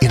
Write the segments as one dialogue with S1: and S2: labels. S1: in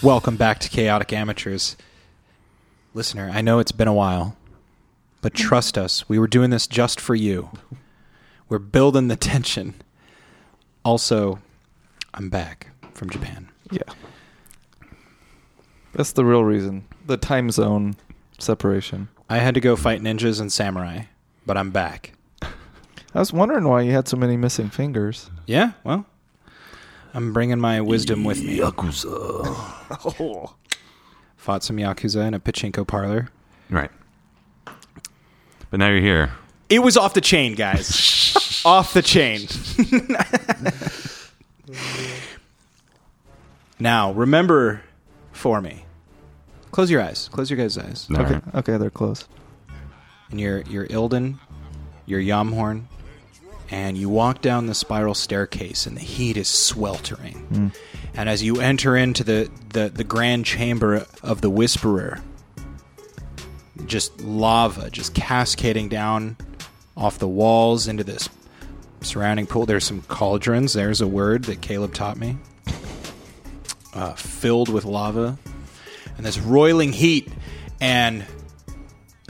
S2: Welcome back to Chaotic Amateurs. Listener, I know it's been a while, but trust us, we were doing this just for you. We're building the tension. Also, I'm back from Japan.
S3: Yeah. That's the real reason. The time zone separation.
S2: I had to go fight ninjas and samurai, but I'm back.
S3: I was wondering why you had so many missing fingers.
S2: Yeah, well, I'm bringing my wisdom with me.
S1: Yakuza.
S2: Fought some Yakuza in a pachinko parlor.
S4: Right. But now you're here.
S2: It was off the chain, guys. off the chain. now, remember for me. Close your eyes. Close your guys' eyes.
S4: All
S3: okay.
S4: right.
S3: Okay, they're closed.
S2: And you're, you're Ilden, you're Yamhorn, and you walk down the spiral staircase, and the heat is sweltering. And as you enter into the, the, the grand chamber of the Whisperer, just lava just cascading down off the walls into this surrounding pool. There's some cauldrons. There's a word that Caleb taught me. Uh, filled with lava and this roiling heat, and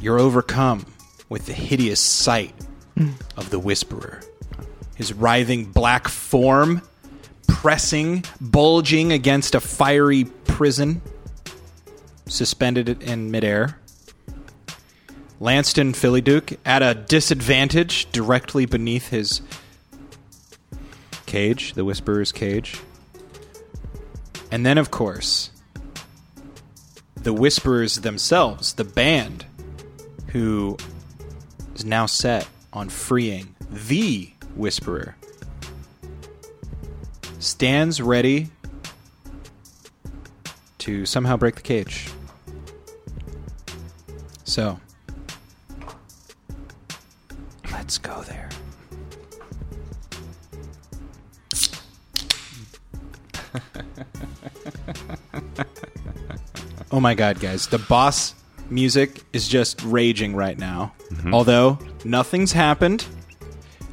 S2: you're overcome with the hideous sight of the Whisperer. His writhing black form pressing, bulging against a fiery prison, suspended it in midair. Lanston Philly Duke at a disadvantage directly beneath his cage, the Whisperer's cage. And then, of course, the Whisperers themselves, the band, who is now set on freeing the Whisperer, stands ready to somehow break the cage. So, let's go there. Oh my god, guys. The boss music is just raging right now. Although nothing's happened.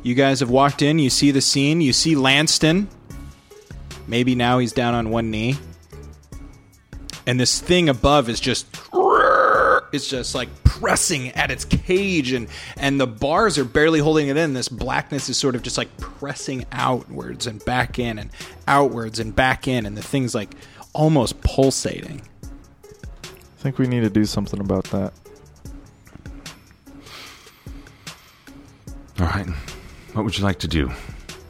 S2: You guys have walked in, you see the scene, you see Lanston. Maybe now he's down on one knee. And this thing above is just it's just like pressing at its cage and and the bars are barely holding it in. This blackness is sort of just like pressing outwards and back in and outwards and back in and the thing's like almost pulsating.
S3: I think we need to do something about that.
S4: All right. What would you like to do?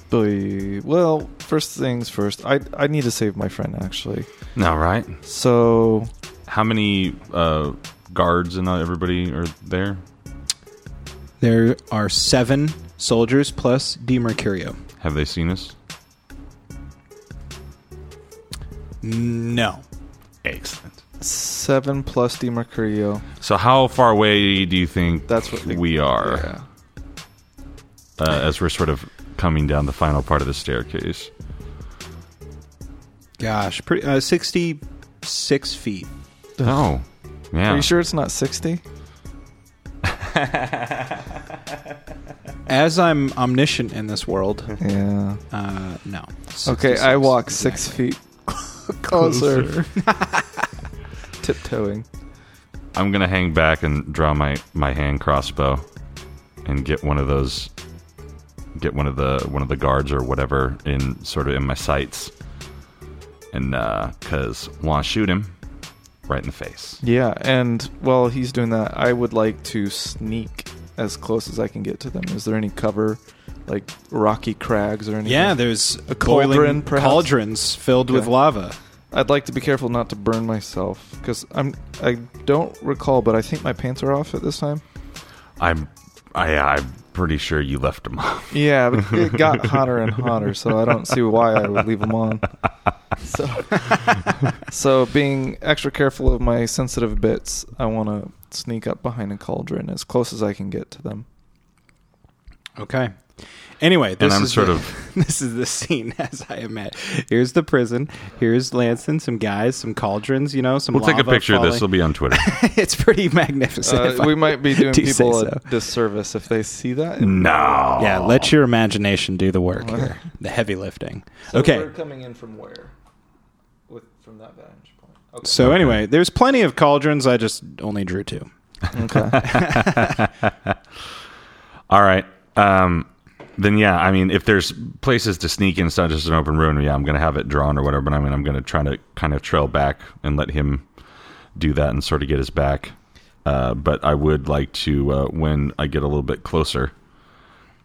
S3: But, well, first things first. I I need to save my friend actually.
S4: All right.
S3: So
S4: How many uh, guards and uh, everybody are there?
S2: There are seven soldiers plus D Mercurio.
S4: Have they seen us?
S2: No.
S4: Excellent.
S3: seven plus Di Mercurio.
S4: So how far away do you think
S3: That's what
S4: we are
S3: Yeah.
S4: uh, as we're sort of coming down the final part of the staircase?
S2: Gosh, pretty, uh, 66 feet.
S4: Oh, yeah.
S3: Are you sure it's not sixty?
S2: As I'm omniscient in this world,
S3: Yeah.
S2: uh, no.
S3: Okay,
S2: 66,
S3: I walk six
S2: exactly.
S3: feet closer. Tiptoeing.
S4: I'm gonna hang back and draw my my hand crossbow, and get one of those, get one of the one of the guards or whatever in sort of in my sights, and uh, cause want to shoot him right in the face.
S3: Yeah, and while he's doing that, I would like to sneak as close as I can get to them. Is there any cover, like rocky crags or anything?
S2: Yeah, there's boiling
S3: A cauldron, perhaps?
S2: cauldrons filled with
S3: Okay.
S2: lava.
S3: I'd like to be careful not to burn myself because I'm I don't recall, but I think my pants are off at this time.
S4: I'm I, I'm pretty sure you left them off.
S3: Yeah, but it got hotter and hotter, so I don't see why I would leave them on. So, so being extra careful of my sensitive bits, I want to sneak up behind a cauldron as close as I can get to them.
S2: Okay. Anyway, this
S4: I'm
S2: is
S4: sort
S2: the,
S4: of-
S2: this is the scene as I am at. Here's the prison. Here's Lanston, some guys, some cauldrons. You know, some.
S4: We'll take a
S2: lava
S4: picture of this. It'll
S2: falling.
S4: be on Twitter.
S2: it's pretty magnificent.
S3: Uh,
S2: if I
S3: we might be doing
S2: do say
S3: people
S2: so.
S3: a disservice if they see that.
S4: no.
S2: Yeah, let your imagination do the work here, the heavy lifting. okay.
S3: coming in from where? With from that vantage point. Okay.
S2: So anyway, there's plenty of cauldrons. I just only drew two.
S3: okay.
S4: All right. Um, then yeah, I mean, if there's places to sneak in, it's not just an open room. Yeah, I'm gonna have it drawn or whatever. But I mean, I'm gonna try to kind of trail back and let him do that and sort of get his back. Uh, but I would like to, uh, when I get a little bit closer,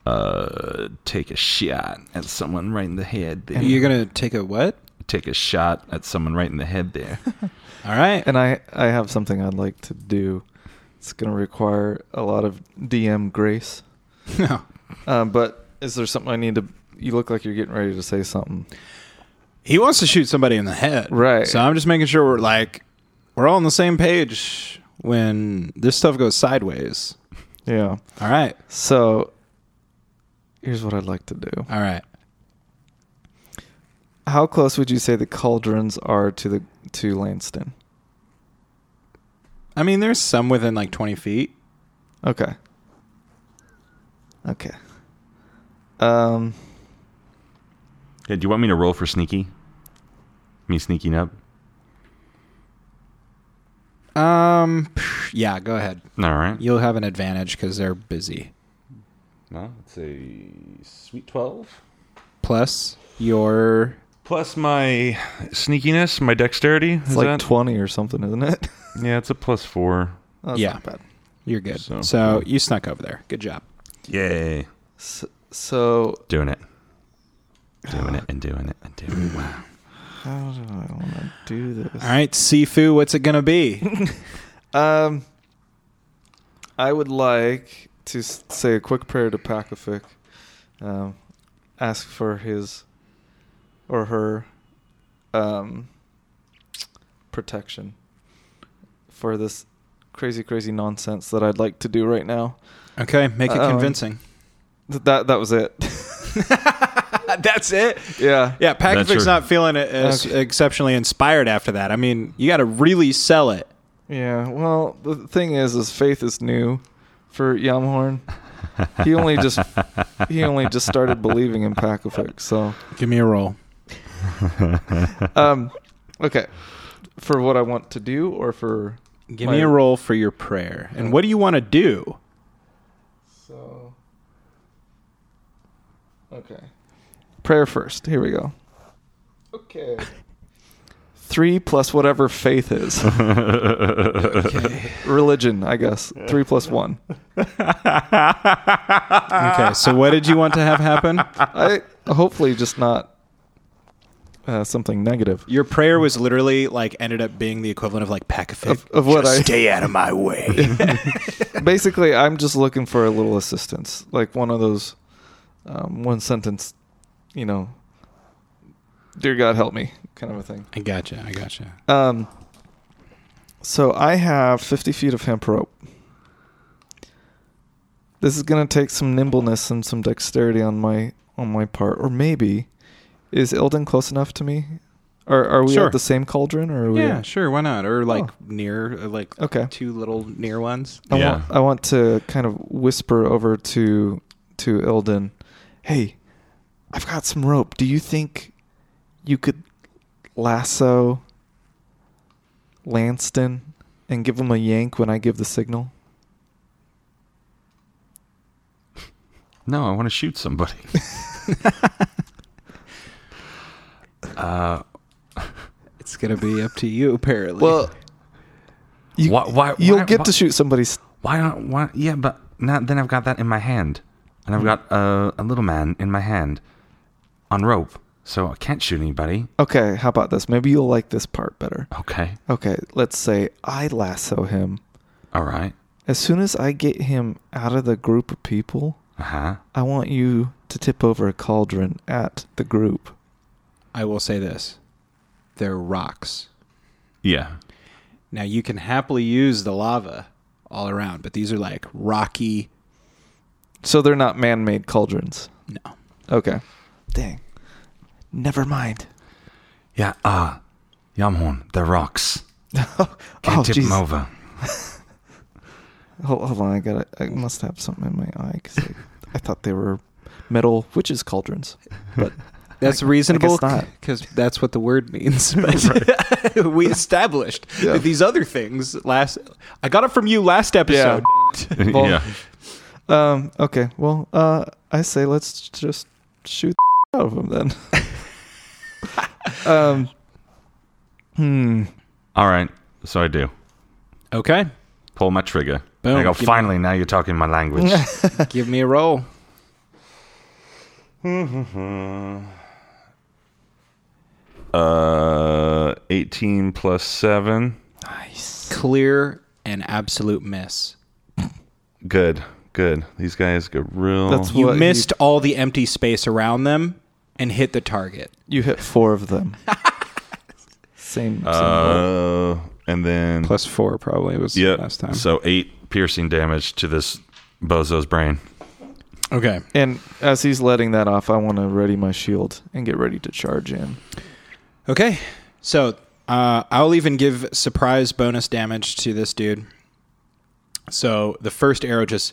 S4: uh, take a shot at someone right in the head. There.
S2: You're gonna take a what?
S4: take a shot at someone right in the head there.
S2: All right.
S3: and I I have something I'd like to do. It's going to require a lot of DM grace.
S2: No.
S3: Um, but is there something I need to? You look like you're getting ready to say something.
S2: He wants to shoot somebody in the head.
S3: Right.
S2: So I'm just making sure we're like we're all on the same page when this stuff goes sideways.
S3: Yeah.
S2: All right.
S3: So here's what I'd like to do.
S2: All right.
S3: How close would you say the cauldrons are to the to Lanston?
S2: I mean, there's some within like 20 feet.
S3: Okay. Okay. Um.
S4: Yeah, do you want me to roll for sneaky? Me sneaking up?
S2: Um. Yeah. Go ahead.
S4: All right.
S2: You'll have an advantage because they're busy.
S4: No, it's a sweet 12.
S2: Plus your
S4: Plus my sneakiness, my dexterity.
S3: It's like 20 or something, isn't it?
S4: yeah, it's a plus four.
S3: That's
S2: Yeah.
S3: not bad.
S2: you're good.
S4: So-
S2: So, you snuck over there. Good job.
S4: Yay.
S3: So, so
S4: Doing it. Doing it and doing it and doing it. Wow.
S3: how do I want to do this?
S2: All right, Sifu, what's it gonna be?
S3: Um, I would like to s- say a quick prayer to Pakafik. Um, ask for his or her um, protection for this crazy, crazy nonsense that I'd like to do right now.
S2: okay, make it
S3: Um,
S2: convincing.
S3: Th- that that was it.
S2: That's it.
S3: yeah.
S2: Yeah, Pakovic's
S4: your-
S2: not feeling it as
S3: Okay.
S2: exceptionally inspired after that. I mean, you got to really sell it.
S3: Yeah. Well, the thing is, is faith is new for Yamhorn. He only just he only just started believing in Pakafik, so.
S2: Give me a roll.
S3: um, okay. For what I want to do, or for
S2: Give
S3: my-
S2: me a roll for your prayer. And what do you want to do?
S3: So, okay. Prayer first. Here we go. Okay. Three plus whatever faith is. Religion, I guess. Three plus one.
S2: Okay, so what did you want to have happen?
S3: I hopefully just not uh, something negative.
S2: Your prayer was literally like ended up being the equivalent of like Pakovic.
S3: Of- of what
S2: Just
S3: I-
S2: stay out of my way.
S3: Basically, I'm just looking for a little assistance, like one of those um, one sentence, you know, "Dear God, help me" kind of a thing.
S2: I gotcha. I gotcha.
S3: Um, so I have 50 feet of hemp rope. This is gonna take some nimbleness and some dexterity on my on my part, or maybe is Ilden close enough to me? Are are we
S2: Sure.
S3: at the same cauldron, or are we?
S2: Yeah,
S3: at-
S2: sure. Why not? Or like
S3: Oh.
S2: near, uh, like
S3: Okay.
S2: two little near ones.
S3: I
S4: Yeah.
S3: want I want to kind of whisper over to to Ilden, "Hey, I've got some rope. Do you think you could lasso Lanston and give him a yank when I give the signal?"
S4: No, I want to shoot somebody. uh,
S2: It's gonna be up to you, apparently.
S3: you,
S4: Why- why-
S3: you'll
S4: why-
S3: get
S4: why-
S3: to shoot somebody's.
S4: why not? Why? Yeah, but now then I've got that in my hand, and I've got a, a little man in my hand on rope, so I can't shoot anybody.
S3: Okay, how about this? Maybe you'll like this part better.
S4: Okay,
S3: Okay, let's say I lasso him
S4: all right.
S3: As soon as I get him out of the group of people,
S4: Uh huh.
S3: I want you to tip over a cauldron at the group.
S2: I will say this they're rocks.
S4: Yeah.
S2: Now you can happily use the lava all around, but these are like rocky.
S3: So they're not man-made cauldrons.
S2: No.
S3: Okay. Dang. Never mind.
S4: Yeah. Ah, Yamhorn, the rocks.
S3: oh, jeez.
S4: over.
S3: Hold, hold on, I got. I must have something in my eye because I, I thought they were metal witches cauldrons, but
S2: That's
S3: I- I
S2: reasonable
S3: guess not.
S2: because that's what the word means. But we established
S3: Yeah.
S2: that these other things last. I got it from you last episode.
S3: Well-
S4: yeah.
S3: Um. Okay. Well. Uh. I say let's just shoot the out of him then. um. Hmm.
S4: All right. So I do.
S2: Okay,
S4: Pull my trigger.
S2: Boom.
S4: I go,
S2: Give me-
S4: finally, now you're talking my language.
S2: give me a roll.
S4: uh, 18 plus 7.
S2: Clear and absolute miss.
S4: Good. Good. These guys go real.
S3: That's-
S2: You
S3: What, you-
S2: missed all the empty space around them and hit the target.
S3: You hit four of them. same. same roll.
S4: Uh, and then.
S2: Plus four probably was
S4: yeah.
S2: last time.
S4: So 8 piercing damage to this bozo's brain.
S2: okay.
S3: and as he's letting that off, I want to ready my shield and get ready to charge in.
S2: Okay. So uh, I'll even give surprise bonus damage to this dude. So the first arrow just,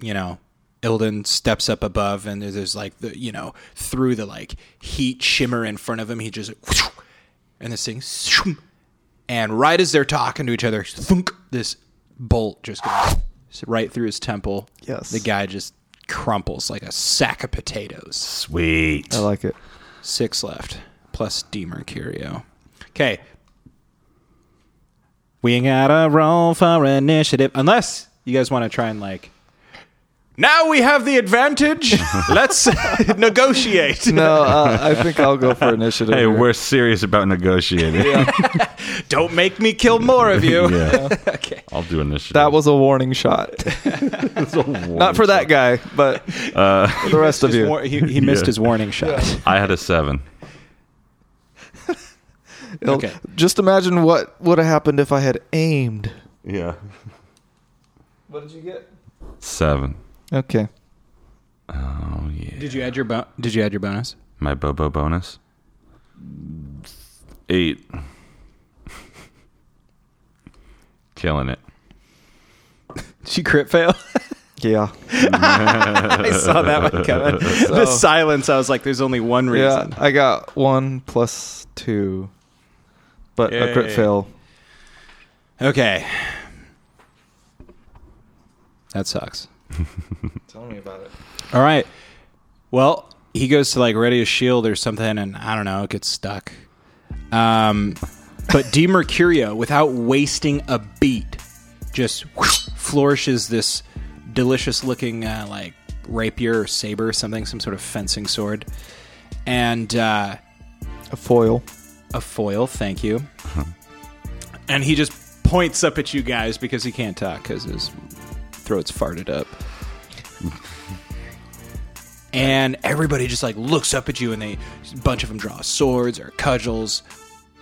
S2: you know, Ilden steps up above and there's, there's like the, you know, through the like heat shimmer in front of him, he just, and this thing, and right as they're talking to each other, thunk, this bolt just goes right through his temple.
S3: Yes.
S2: The guy just crumples like a sack of potatoes.
S4: Sweet.
S3: I like it.
S2: Six left, plus D Mercurio. Okay. We gotta roll for initiative. Unless you guys want to try and like. Now we have the advantage. Let's negotiate.
S3: No, uh, I think I'll go for initiative.
S4: Hey,
S3: here.
S4: we're serious about negotiating.
S2: Don't make me kill more of you.
S4: Yeah.
S2: okay.
S4: I'll do initiative.
S3: that was a warning shot. Not for that guy, but for the rest of
S2: His
S3: you.
S2: war- he he missed
S4: Yeah.
S2: his warning shot.
S4: I had a 7.
S3: It'll-
S2: Okay.
S3: Just imagine what would have happened if I had aimed.
S4: Yeah.
S3: What did you get?
S4: 7.
S3: Okay.
S4: Oh, yeah.
S2: Did you add your bo- Did you add your bonus?
S4: My Bobo bonus? Eight. Killing it.
S2: Did you crit fail?
S3: Yeah.
S2: I saw that one coming.
S3: So-
S2: the silence. I was like, "There's only one reason."
S3: Yeah. I got one plus two, but a crit
S2: Yay.
S3: fail.
S2: Okay. That sucks.
S3: Tell me about it.
S2: All right. Well, he goes to like ready a shield or something, and I don't know, it gets stuck. Um, but D Mercurio, without wasting a beat, just whoosh, flourishes this delicious looking uh, like rapier or saber or something, some sort of fencing sword, and uh,
S3: A foil.
S2: a foil. Thank you. and he just points up at you guys because he can't talk because his throat's farted up. and everybody just like looks up at you, and they a bunch of them draw swords or cudgels.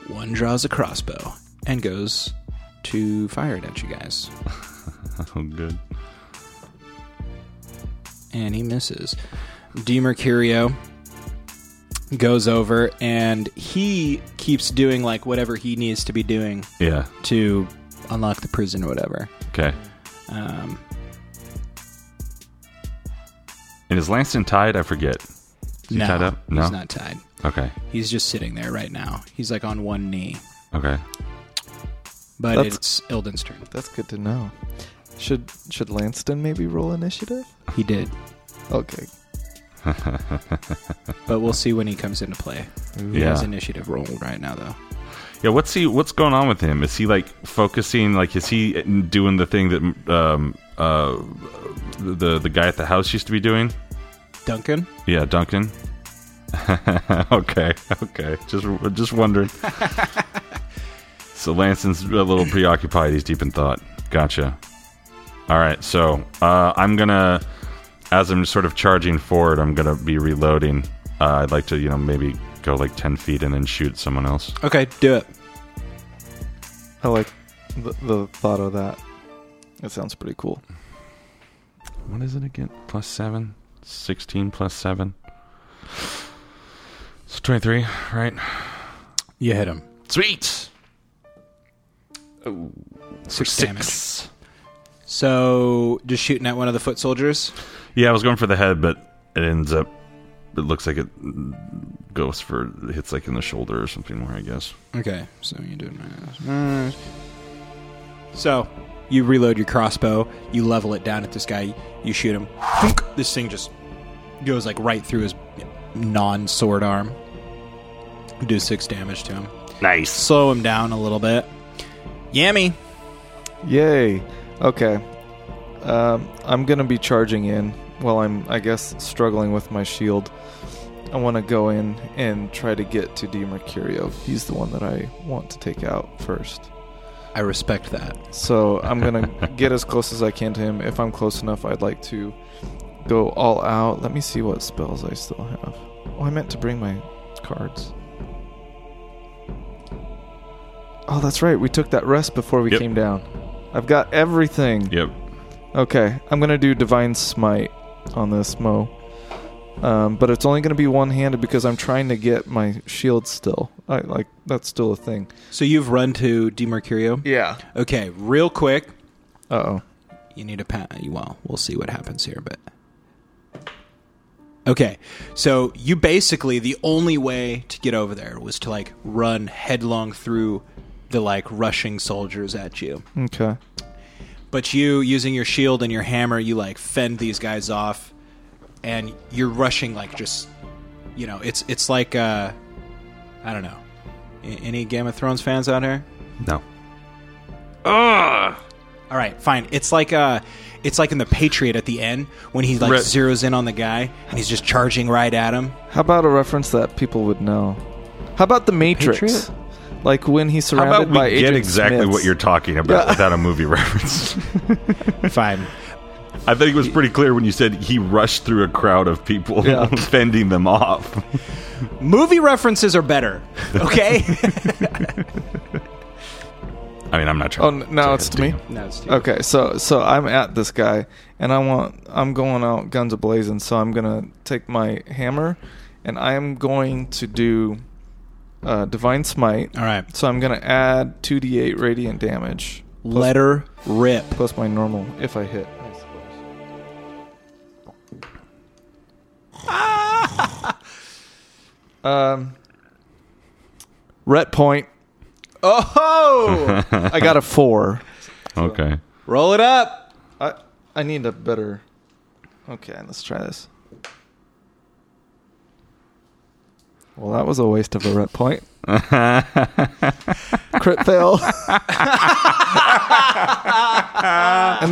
S2: One draws a crossbow and goes to fire it at you guys,
S4: Oh, good.
S2: and he misses. D Mercurio goes over and he keeps doing like whatever he needs to be doing
S4: Yeah.
S2: to unlock the prison or whatever.
S4: Okay.
S2: Um,
S4: And is Langston tied? I forget. he
S2: no,
S4: tied up? No?
S2: he's not tied.
S4: Okay.
S2: He's just sitting there right now. He's like on one knee,
S4: Okay.
S2: but
S3: That's-
S2: it's Ilden's turn.
S3: That's good to know. Should should Lanston maybe roll initiative?
S2: He did,
S3: Okay.
S2: but we'll see when he comes into play. He
S4: Yeah.
S2: has initiative rolled right now, though.
S4: Yeah. What's he? What's going on with him? Is he like focusing? Like, is he doing the thing that um uh the the guy at the house used to be doing?
S2: Duncan,
S4: Yeah, Duncan. okay, okay. Just just wondering. so Lanson's a little preoccupied. He's deep in thought. Gotcha. All right, so uh, I'm gonna, as I'm sort of charging forward, I'm gonna be reloading. Uh, I'd like to, you know, maybe go like ten feet and then shoot someone else.
S2: Okay, do it.
S3: I like the, the thought of that. It sounds pretty cool.
S4: What is it again? Plus seven? 16 plus seven? So 23, right?
S2: You hit him.
S4: Sweet!
S2: Six, damage. So just shooting at one of the foot soldiers.
S4: Yeah, I was going for the head, but it ends up, it looks like it goes for, hits like in the shoulder or something more, I guess.
S2: Okay, so you do minus. So you reload your crossbow. You level it down at this guy. You shoot him. Thunk. This thing just goes like right through his non-sword arm. You do six damage to him.
S4: Nice.
S2: Slow him down a little bit. Yammy.
S3: Yay. Okay. Um, I'm gonna be charging in while I'm, I guess, struggling with my shield. I want to go in and try to get to D. Mercurio. He's the one that I want to take out first.
S2: I respect that.
S3: So I'm gonna get as close as I can to him. If I'm close enough, I'd like to go all out. Let me see what spells I still have. Oh, I meant to bring my cards. Oh, that's right. We took that rest before we
S4: Yep.
S3: came down. I've got everything.
S4: Yep.
S3: Okay, I'm gonna do divine smite on this mo, um, but it's only gonna be one-handed because I'm trying to get my shield still. I like that's still a thing.
S2: So you've run to Demercurio.
S3: Yeah.
S2: Okay, real quick.
S3: Uh oh.
S2: You need a pat. Well, we'll see what happens here, but okay. So you basically the only way to get over there was to like run headlong through the like rushing soldiers at you.
S3: Okay.
S2: But you, using your shield and your hammer, you like fend these guys off, and you're rushing like just, you know, it's it's like uh, I don't know, A- any Game of Thrones fans out here?
S4: No. Ah,
S2: All right, fine. It's like uh, it's like in the Patriot at the end when he like
S4: Right.
S2: zeroes in on the guy and he's just charging right at him.
S3: How about a reference that people would know? How about the Matrix?
S2: Patriot?
S3: Like when he's
S4: How
S3: surrounded
S4: about we
S3: by
S4: get
S3: Agent
S4: exactly
S3: Smiths.
S4: what you're talking about
S3: Yeah.
S4: without a movie reference?
S2: Fine.
S4: I think it was pretty clear when you said he rushed through a crowd of people,
S3: Yeah.
S4: fending them off.
S2: Movie references are better. Okay.
S4: I mean, I'm not
S3: Oh,
S4: trying.
S3: n- now it's to me.
S2: no, it's too-
S3: Okay, so so I'm at this guy, and I want I'm going out guns a blazing. So I'm gonna take my hammer, and I am going to do uh, divine smite.
S2: All right.
S3: So I'm gonna add two d8 radiant damage
S2: Letter rip.
S3: plus my normal if I hit. I suppose. um, ret point.
S2: Oh,
S3: I got a four.
S4: Okay.
S2: roll it up.
S3: I I need a better. Okay, let's try this. Well, that was a waste of a ret point. Crit fail. and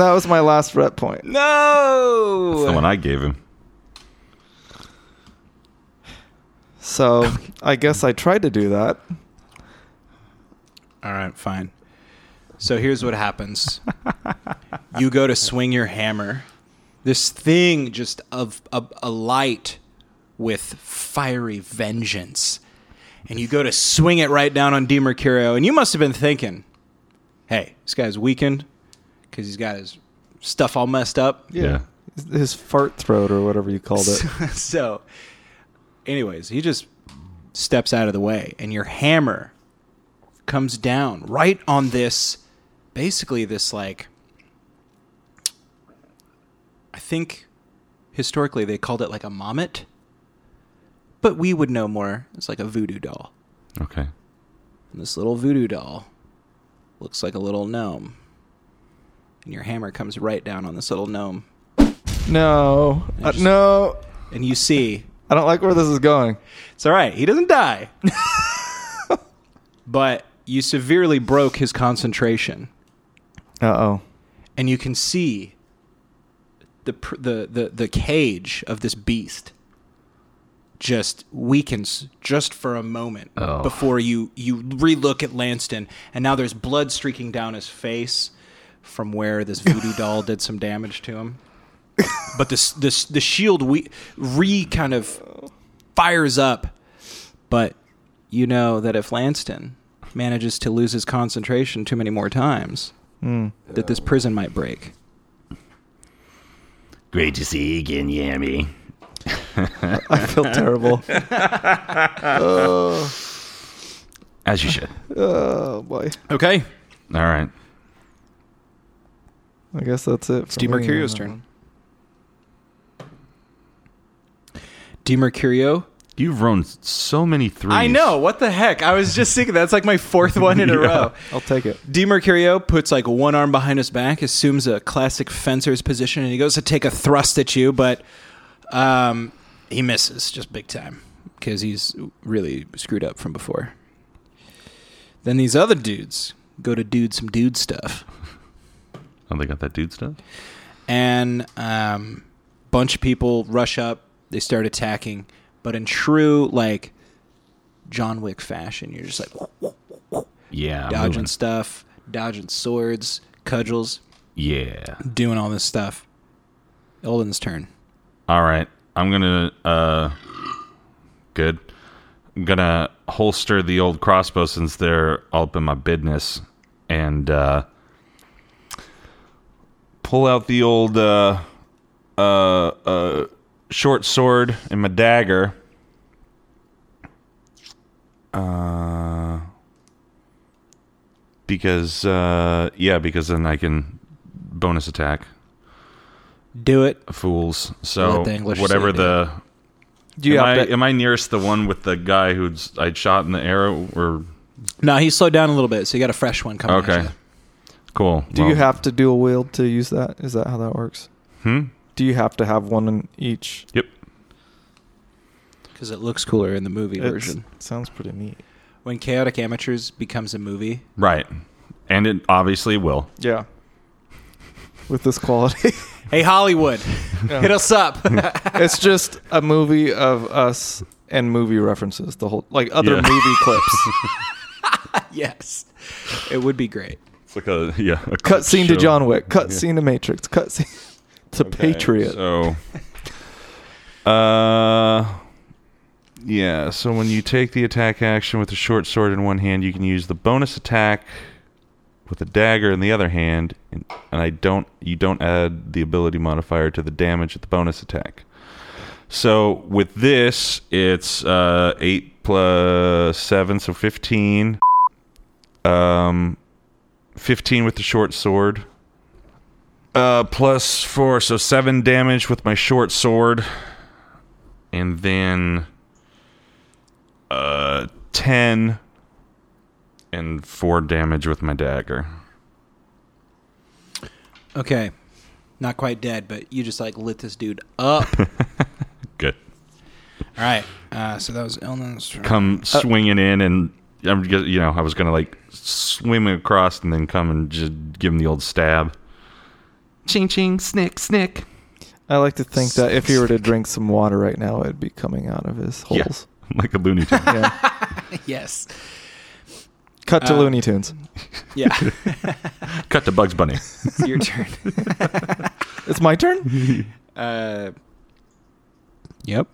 S3: that was my last ret point.
S2: No.
S4: The one I gave him.
S3: So I guess I tried to do that.
S2: All right, fine. So here's what happens. you go to swing your hammer. This thing just of a, a light with fiery vengeance. And you go to swing it right down on DiMercurio, and you must have been thinking, "Hey, this guy's weakened because he's got his stuff all messed up."
S4: Yeah.
S3: His fart throat or whatever you called it.
S2: so, anyways, he just steps out of the way, and your hammer comes down right on this, basically this like, I think historically they called it like a mommet, but we would know more. It's like a voodoo doll,
S4: Okay.
S2: and this little voodoo doll looks like a little gnome, and your hammer comes right down on this little gnome,
S3: No. Uh,
S2: just-
S3: no.
S2: and you see
S3: I don't like where this is going.
S2: It's all right. He doesn't die. but you severely broke his concentration,
S3: Uh oh.
S2: and you can see the pr- the the, the cage of this beast just weakens just for a moment
S4: Oh.
S2: before you you relook at Lanston, and now there's blood streaking down his face. from where this voodoo doll did some damage to him. But this this the shield we re kind of fires up. But you know that if Lanston manages to lose his concentration too many more times, that this prison might break.
S5: Great to see you again, Yami.
S3: I feel terrible.
S4: As you should.
S3: oh boy.
S2: Okay,
S4: All right.
S3: I guess that's it. Uh,
S2: It's D. Mercurio's turn. D. Mercurio.
S4: You've run so many threes.
S2: I know. What the heck? I was just thinking that's like my fourth one in a
S4: Yeah.
S2: row.
S3: I'll take it.
S2: D. Mercurio puts like one arm behind his back, assumes a classic fencer's position, and he goes to take a thrust at you, but um, he misses just big time because he's really screwed up from before. Then these other dudes go to dude some dude stuff,
S4: Oh, they got that dude stuff?
S2: and um, bunch of people rush up. They start attacking, but in true like John Wick fashion, you're just like
S4: Yeah. I'm
S2: dodging
S4: moving.
S2: stuff, dodging swords, cudgels.
S4: Yeah.
S2: doing all this stuff. Elden's turn.
S4: All right. I'm going to. uh Good. I'm going to holster the old crossbow since they're all up in my business and uh pull out the old uh uh uh short sword and my dagger. Uh because uh yeah, because then I can bonus attack
S2: Do it.
S4: fools. So
S2: Let the English
S4: whatever
S2: say
S4: the
S3: Do you
S4: am, I,
S3: have bet-
S4: am I nearest the one with the guy who's I shot in the arrow? Or
S2: No, he slowed down a little bit, so you got a fresh one coming.
S4: okay,
S2: At you.
S4: cool.
S3: Do you
S4: Well,
S3: have to dual wield to use that? Is that how that works?
S4: Hmm?
S3: Do you have to have one in each
S4: Yep.
S2: Because it looks cooler in the movie
S3: It's-
S2: version.
S3: Sounds pretty neat.
S2: When Chaotic Amateurs becomes a movie,
S4: Right, and it obviously will.
S3: Yeah. With this quality,
S2: hey Hollywood, hit us up.
S3: it's just a movie of us and movie references. The whole like other
S4: Yeah.
S3: movie clips.
S2: yes, it would be great.
S4: It's like a yeah. A clip
S3: Cut scene to
S4: show.
S3: John Wick. Cut scene to Matrix. Cut scene to
S4: Okay,
S3: Patriot.
S4: So, uh, yeah. So when you take the attack action with a short sword in one hand, you can use the bonus attack with a dagger in the other hand, and, and I don't. You don't add the ability modifier to the damage of the bonus attack. So with this, it's uh, eight plus seven, so fifteen. Um, fifteen with the short sword. Uh, plus four, so seven damage with my short sword, and then uh ten and four damage with my dagger.
S2: Okay, not quite dead, but you just like lit this dude up.
S4: Good.
S2: all right, uh, so that was Elden's turn.
S4: Come swinging in, and I'm just, you know I was gonna like swim across and then come and just give him the old stab. Ching ching, snick snick.
S3: I like to think that if he were to drink some water right now, it'd be coming out of his
S4: Yeah.
S3: holes.
S4: like a Looney Tune.
S3: Yeah.
S2: yes,
S3: Cut to
S2: Uh,
S3: Looney Tunes.
S2: yeah,
S4: Cut to Bugs Bunny.
S2: it's your turn.
S3: It's my turn?
S2: Uh, yep,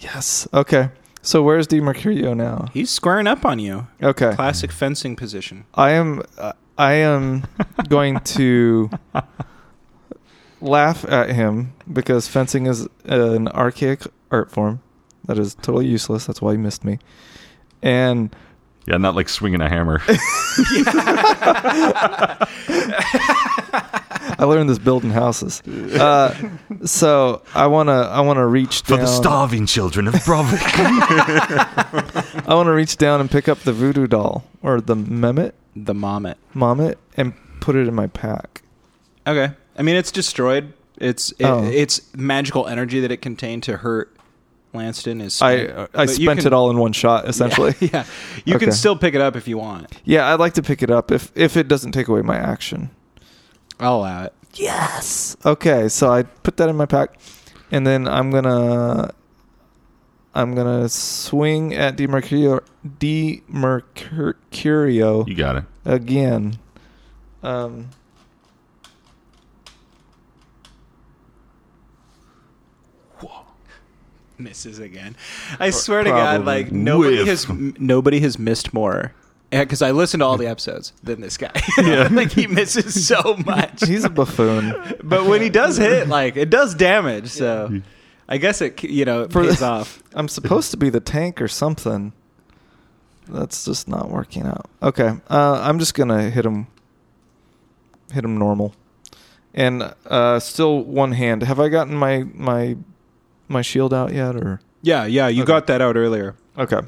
S3: yes. Okay. So where's D Mercurio now?
S2: he's squaring up on you.
S3: Okay.
S2: Classic fencing position.
S3: I am uh, I am going to laugh at him because fencing is an archaic art form that is totally useless. That's why he missed me. And
S4: Yeah, not like swinging a hammer.
S3: I learned this building houses. Uh, so I wanna I wanna reach
S4: For
S3: down.
S4: the starving children of Bromwick.
S3: I wanna reach down and pick up the voodoo doll or the memet,
S2: The mommet.
S3: mommet, and put it in my pack.
S2: Okay. I mean, it's destroyed. It's it,
S3: Oh.
S2: it's magical energy that it contained to hurt Lanston is.
S3: I I
S2: but you
S3: spent
S2: can-
S3: it all in one shot essentially.
S2: Yeah, you can
S3: Okay.
S2: still pick it up if you want.
S3: Yeah, I'd like to pick it up if if it doesn't take away my action.
S2: I'll allow it.
S3: Yes. Okay, so I put that in my pack, and then I'm gonna I'm gonna swing at D Mercurio D Mercurio
S4: you got it.
S3: again. Um,
S2: misses again. I swear to God,
S3: probably.
S2: like nobody
S4: Whiff.
S2: has m- nobody has missed more. Because I listened to all the episodes than this guy. like he misses so much,
S3: He's a buffoon.
S2: but when he does hit, like it does damage. So I guess it c- you know it
S3: For
S2: pays
S3: the-
S2: off.
S3: I'm supposed to be the tank or something. That's just not working out. Okay, uh, I'm just gonna hit him. Hit him normal, and uh, still one hand. Have I gotten my my my shield out yet? Or
S2: Yeah, yeah, you got that out earlier.
S3: okay,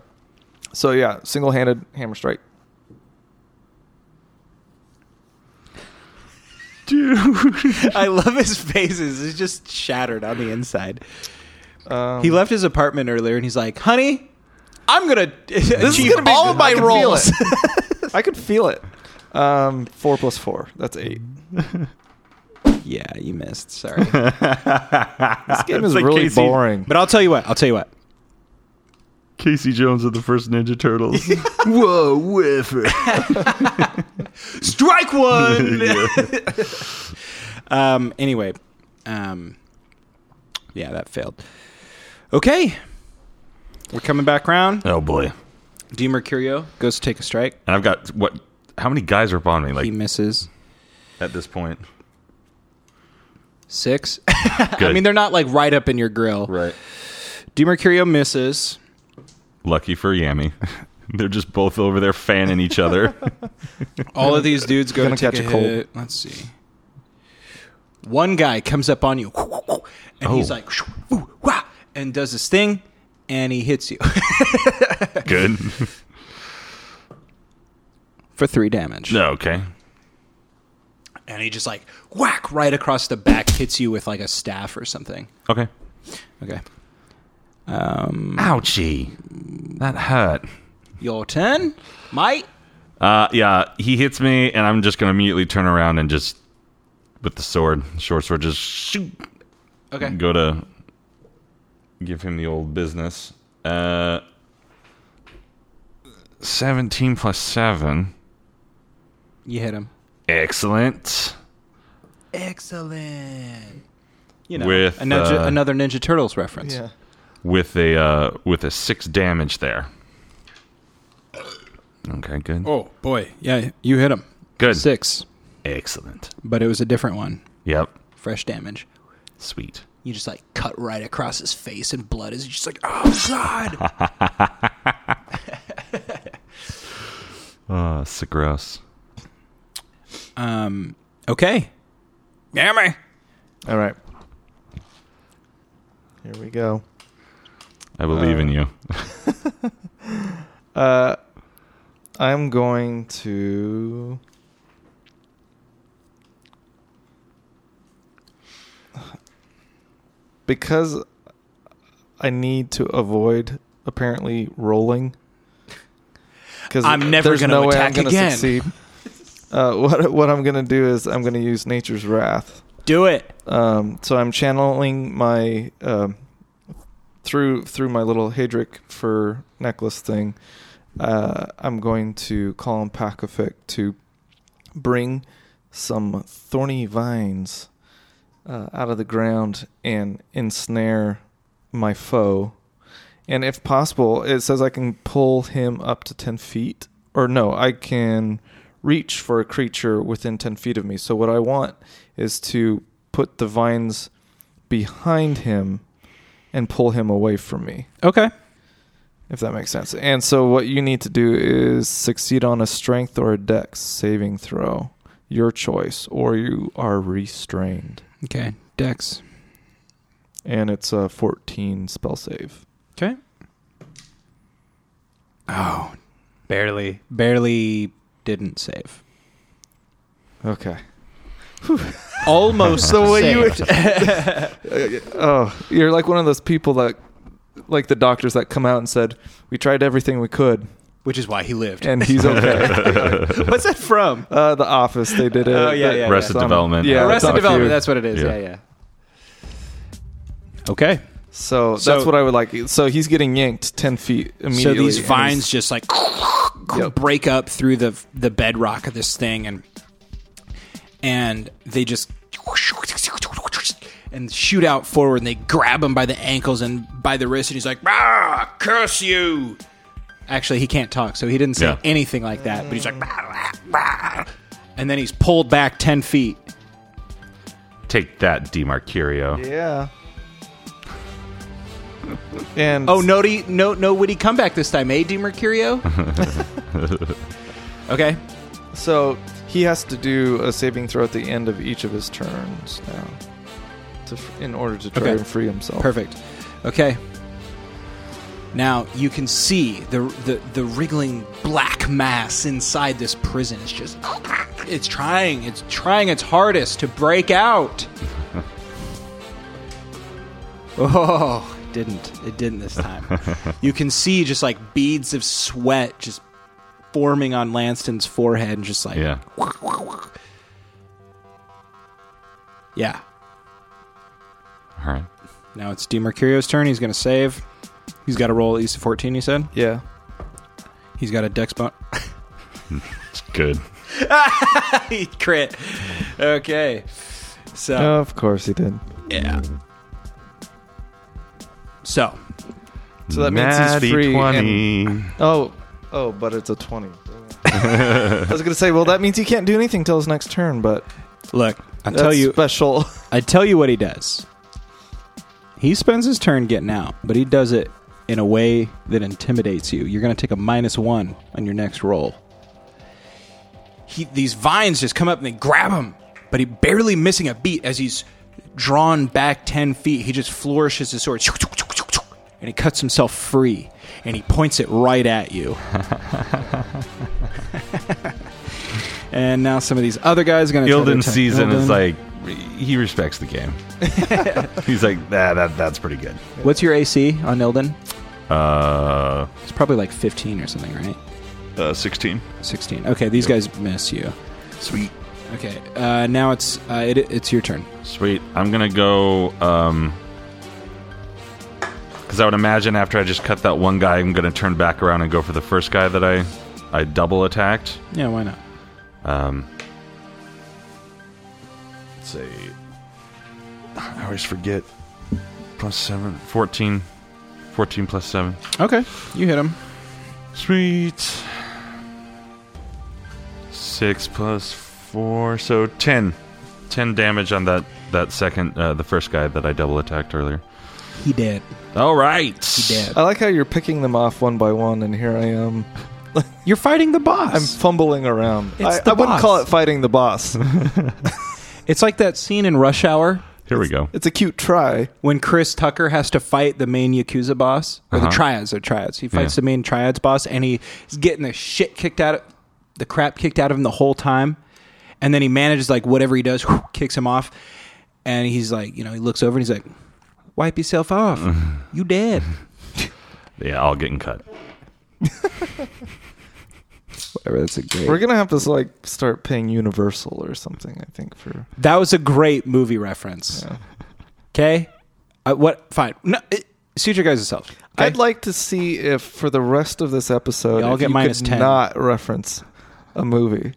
S3: so yeah, single handed hammer strike.
S2: I love his faces. It's just shattered on the inside.
S3: Um,
S2: He left his apartment earlier, and he's like, "Honey, I'm gonna achieve
S3: gonna be
S2: all
S3: good.
S2: of my
S3: I can feel
S2: roles."
S3: I could feel it. Um, four plus four. That's eight.
S2: yeah, you missed. Sorry,
S3: This game is
S4: like
S3: really
S4: Casey-
S3: boring.
S2: but I'll tell you what. I'll tell you what.
S4: Casey Jones of the first Ninja Turtles.
S5: Whoa, whiffer.
S2: Strike one. um. Anyway, um. Yeah, that failed. Okay, we're coming back round.
S4: oh boy.
S2: D Mercurio goes to take a strike.
S4: And I've got what? How many guys are upon me? Like
S2: He misses
S4: at this point.
S2: six.
S4: Good.
S2: I mean, they're not like right up in your grill.
S4: right.
S2: D Mercurio misses.
S4: Lucky for Yami, they're just both over there fanning each other.
S2: All of these dudes go to
S3: Gonna
S2: take
S3: catch
S2: a,
S3: a cold.
S2: hit. Let's see. One guy comes up on you, and he's
S4: Oh.
S2: like, "Ooh, wah," and does his thing, and he hits you
S4: Good.
S2: for three damage.
S4: no. Okay.
S2: And he just like whack right across the back, hits you with like a staff or something.
S4: Okay.
S2: Okay,
S4: Ouchie. That hurt.
S2: your turn, mate.
S4: Uh, yeah, he hits me, and I'm just gonna immediately turn around and just with the sword, short sword, just shoot,
S2: Okay,
S4: go to give him the old business. Uh, seventeen plus seven,
S2: you hit him.
S4: excellent.
S2: Excellent. You know,
S4: With,
S2: a ninja,
S4: uh,
S2: another Ninja Turtles reference.
S3: Yeah.
S4: With a uh, with a six damage there. Okay, good,
S2: Oh boy, yeah, you hit him.
S4: good,
S2: Six,
S4: excellent.
S2: but it was a different one.
S4: Yep,
S2: Fresh damage.
S4: sweet.
S2: You just like cut right across his face, and blood is just like, oh god.
S4: Uh, sick gross.
S2: um. Okay. Yummy.
S3: All right. Here we go.
S4: I believe in you.
S3: Uh, I'm going to. Because I need to avoid apparently rolling. Because
S2: I'm never
S3: there's
S2: gonna
S3: no way I'm
S2: attack
S3: gonna
S2: again.
S3: Succeed. Uh, what what I'm gonna do is I'm gonna use Nature's Wrath.
S2: Do it.
S3: Um, so I'm channeling my um, through through my little Hadric fur necklace thing. Uh, I'm going to call on Pacific to bring some thorny vines uh, out of the ground and ensnare my foe. And if possible, it says I can pull him up to 10 feet. Or no, I can reach for a creature within 10 feet of me. So what I want is to put the vines behind him and pull him away from me,
S2: Okay.
S3: if that makes sense. And so what you need to do is succeed on a strength or a dex saving throw. Your choice, or you are restrained.
S2: Okay. Dex.
S3: And it's a 14 spell save.
S2: Okay. Oh, barely, barely didn't save.
S3: Okay.
S2: Almost the way you
S3: Oh, you're like one of those people that, like the doctors that come out and said, "We tried everything we could,
S2: Which is why he lived.
S3: and he's okay."
S2: What's that from?
S3: uh, the Office, they did it.
S2: Oh, yeah, yeah,
S4: Arrested
S3: yeah.
S4: Development.
S3: Yeah,
S2: Arrested
S3: Doc
S2: Development.
S3: Hugh.
S2: That's what it is.
S4: Yeah.
S2: Yeah, yeah. Okay.
S3: So that's
S2: So-
S3: what I would like. So he's getting yanked ten feet
S2: So
S3: immediately.
S2: these
S3: and
S2: vines just like
S3: Yep.
S2: break up through the the bedrock of this thing, and and they just and shoot out forward and they grab him by the ankles and by the wrist and he's like, ah, curse you. Actually, he can't talk, so he didn't say
S4: Yeah.
S2: anything like that, but he's like, "Bah, bah, bah." and then he's pulled back 10 feet.
S4: Take that, DiMarcurio.
S3: Yeah. And
S2: Oh, no, do- no, no witty comeback this time, eh, DiMercurio? okay.
S3: So he has to do a saving throw at the end of each of his turns now, to, f- in order to try
S2: Okay.
S3: and free himself.
S2: Perfect. Okay. Now you can see the, the the wriggling black mass inside this prison. It's just it's trying, it's trying its hardest to break out. oh, it didn't. It didn't this time. you can see just like beads of sweat just forming on Lanston's forehead and just like
S4: Yeah.
S2: yeah.
S4: All right.
S2: Now it's DiMercurio's turn. He's going to save. He's got to roll at least a 14, he said.
S3: Yeah.
S2: He's got a dex bon-
S4: It's good.
S2: He crit. Okay. So
S3: of course he did.
S2: yeah. So
S3: So that means he's
S4: Natty
S3: free
S4: 20.
S3: Oh, oh, but it's a twenty. I was gonna say, well, that means he can't do anything till his next turn, but
S2: look, I
S3: that's
S2: tell you,
S3: special.
S2: I tell you what he does. He spends his turn getting out, but he does it in a way that intimidates you. You're going to take a minus one on your next roll. He, these vines just come up and they grab him, but he barely missing a beat as he's drawn back 10 feet. He just flourishes his sword and he cuts himself free and he points it right at you. and now some of these other guys are going to.
S4: Ilden sees it and is like, he respects the game. he's like, that, that, that's pretty good.
S2: What's your AC on Ilden?
S4: Uh,
S2: It's probably like 15 or something, right?
S4: uh 16.
S2: 16. Okay, these guys miss you.
S4: Sweet.
S2: Okay, uh, now it's uh, it, it's your turn.
S4: Sweet. I'm gonna go. Um, because I would imagine after I just cut that one guy, I'm gonna turn back around and go for the first guy that I, I double attacked.
S2: Yeah, why not?
S4: Um, let's say I always forget. Plus seven. 14. 14 plus seven.
S2: Okay, you hit him.
S4: Sweet. Six plus four, so ten. Ten damage on that that second, uh, the first guy that I double attacked earlier.
S2: He did.
S4: All right.
S2: He did.
S3: I like how you're picking them off one by one, and here I am.
S2: You're fighting the boss.
S3: I'm fumbling around.
S2: It's
S3: I,
S2: the
S3: I wouldn't
S2: boss.
S3: call it fighting the boss.
S2: it's like that scene in Rush Hour
S4: Here we go.
S3: it's a cute try.
S2: when Chris Tucker has to fight the main Yakuza boss or the
S4: Uh-huh.
S2: triads. They're triads. He fights
S4: Yeah.
S2: the main triads boss, and he's getting the shit kicked out, of, the crap kicked out of him the whole time. And then he manages like whatever he does, kicks him off, and he's like, you know, he looks over and he's like, "Wipe yourself off. you dead."
S4: Yeah, all getting cut.
S2: Whatever. That's a great.
S3: We're gonna have to like start paying Universal or something. I think for
S2: That was a great movie reference. Okay, uh, what? Fine. No, it, suit your guys yourself.
S3: I'd like to see if for the rest of this episode,
S2: Y'all
S3: if
S2: get
S3: you
S2: minus
S3: could
S2: 10.
S3: not reference a movie,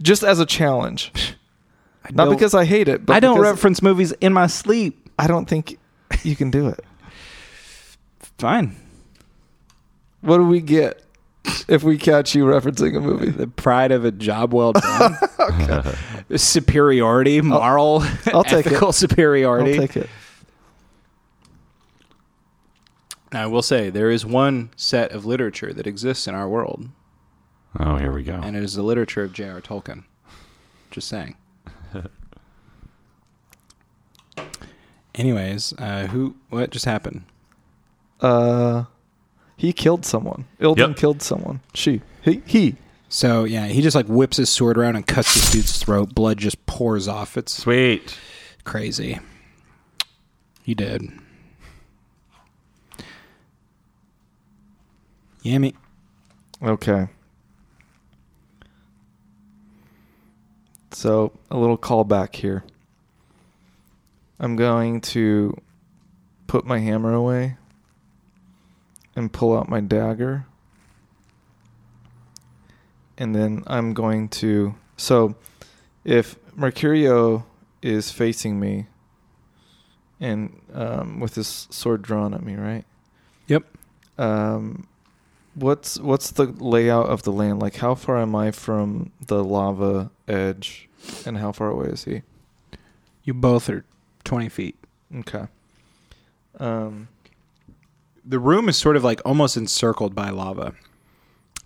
S3: just as a challenge. Not because I hate it, but
S2: I don't
S3: because
S2: reference movies in my sleep.
S3: I don't think you can do it.
S2: Fine.
S3: What do we get if we catch you referencing a movie?
S2: The pride of a job well done. Superiority, moral,
S3: I'll take it.
S2: ethical
S3: I'll
S2: superiority.
S3: take it.
S2: Now, I will say there is one set of literature that exists in our world,
S4: Oh, here we go.
S2: and it is the literature of J.R. Tolkien. Just saying. Anyways, uh, who? What just happened?
S3: Uh, he killed someone. Ilden
S4: Yep.
S3: killed someone. She. He. He.
S2: So yeah, he just like whips his sword around and cuts this dude's throat. Blood just pours off. It's
S4: Sweet.
S2: crazy. He did. Yammy.
S3: Okay. So, a little callback here. I'm going to put my hammer away and pull out my dagger. And then I'm going to. So, if Mercurio is facing me, and um, with his sword drawn at me, right?
S2: Yep.
S3: Um, what's what's the layout of the land like? How far am I from the lava edge, and how far away is he?
S2: You both are 20 feet.
S3: Okay. Um,
S2: the room is sort of like almost encircled by lava.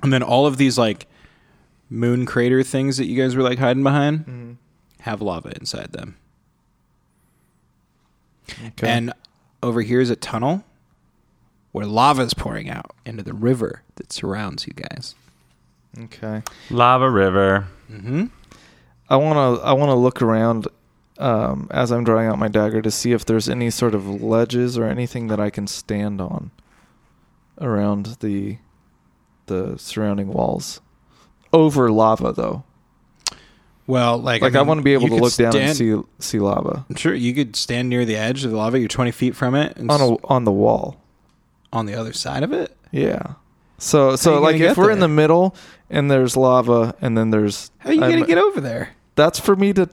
S2: And then all of these like moon crater things that you guys were like hiding behind have lava inside them.
S3: okay.
S2: And over here is a tunnel where lava is pouring out into the river that surrounds you guys.
S3: okay.
S4: Lava River.
S2: Mm-hmm.
S3: I want to I want to look around um, as I'm drawing out my dagger to see if there's any sort of ledges or anything that I can stand on around the the surrounding walls. Over lava though.
S2: Well, like,
S3: Like I,
S2: mean,
S3: want to be able
S2: you
S3: to
S2: could
S3: look down and
S2: stand-
S3: see see lava
S2: I'm sure you could stand near the edge of the lava. You're 20 feet from it, and
S3: on
S2: on,
S3: a, on the wall.
S2: on the other side of it.
S3: Yeah. So
S2: you
S3: so
S2: gonna
S3: like
S2: get
S3: if we're in
S2: there?
S3: the middle and there's lava and then there's
S2: How are you
S3: I'm-
S2: gonna get over there?
S3: That's for me to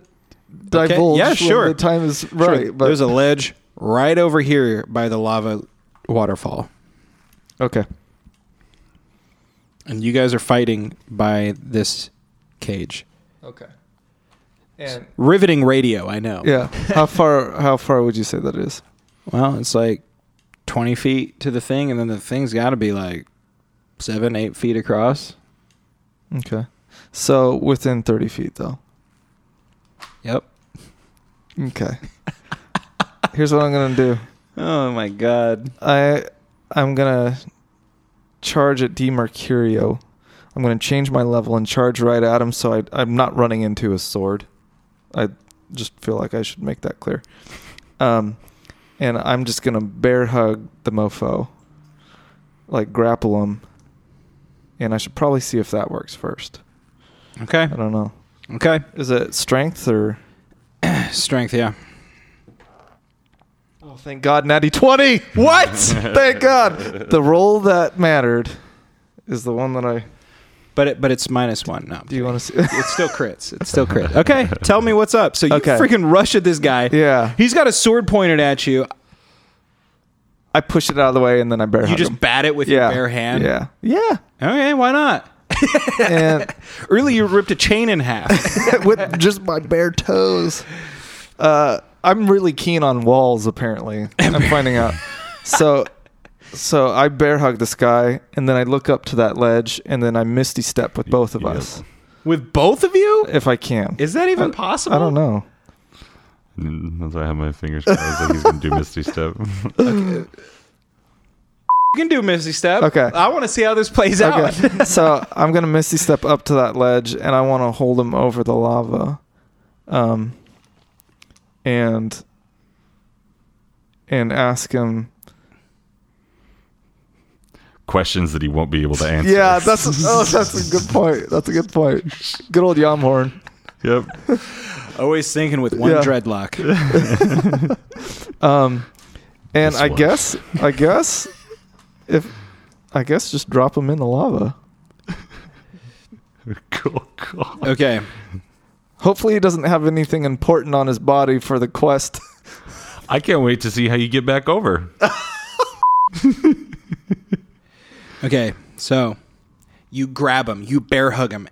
S3: divulge
S2: yeah,
S3: when
S2: sure.
S3: the time is
S2: Sure,
S3: right. but
S2: there's a ledge right over here by the lava waterfall,
S3: okay.
S2: and you guys are fighting by this cage.
S3: Okay. And
S2: Riveting radio, I know.
S3: Yeah. How far how far would you say that is?
S2: Well, it's like 20 feet to the thing, and then the thing's got to be like seven, eight feet across.
S3: Okay. So within thirty feet though.
S2: Yep.
S3: Okay. Here's what I'm gonna do.
S2: Oh my god.
S3: I I'm gonna charge at D Mercurio. I'm gonna change my level and charge right at him so I I'm not running into his sword. I just feel like I should make that clear. Um and I'm just gonna bear hug the mofo. Like grapple him. And I should probably see if that works first.
S2: Okay.
S3: I don't know.
S2: Okay.
S3: Is it strength or?
S2: Strength, yeah.
S3: Oh, thank God, Natty twenty. What? thank God. The roll that mattered is the one that I.
S2: But it, but it's minus one. No.
S3: Do you want to see?
S2: It's still crits. It's still crit. Okay. Tell me what's up. So you
S3: Okay.
S2: freaking rush at this guy.
S3: yeah,
S2: He's got a sword pointed at you.
S3: I push it out of the way and then I bear
S2: You
S3: hug
S2: just
S3: him.
S2: bat it with
S3: yeah.
S2: your bare hand.
S3: Yeah, yeah.
S2: Okay, why not?
S3: And
S2: Earlier you ripped a chain in half.
S3: with just my bare toes. Uh, I'm really keen on walls. Apparently, I'm finding out. So, so I bear hug this guy, and then I look up to that ledge, and then I misty step with both of
S4: Yep.
S3: us
S2: with both of you?
S3: if I can.
S2: Is that even possible?
S3: I don't know.
S4: Mm, That's why I have my fingers crossed. like he's gonna do Misty Step.
S2: You can do Misty Step.
S3: Okay.
S2: I want to see how this plays out.
S3: Okay. so I'm gonna misty step up to that ledge, and I want to hold him over the lava, um, and and ask him.
S4: Questions that he won't be able to answer.
S3: Yeah, that's oh, that's a good point. That's a good point. Good old Yamhorn.
S4: Yep.
S2: Always thinking with one
S3: Yeah.
S2: dreadlock.
S3: Um, and
S4: This
S3: I
S4: one.
S3: guess I guess if I guess just drop him in the lava.
S4: Cool. Cool.
S2: Okay.
S3: Hopefully he doesn't have anything important on his body for the quest.
S4: I can't wait to see how you get back over.
S2: Okay. So you grab him, you bear hug him,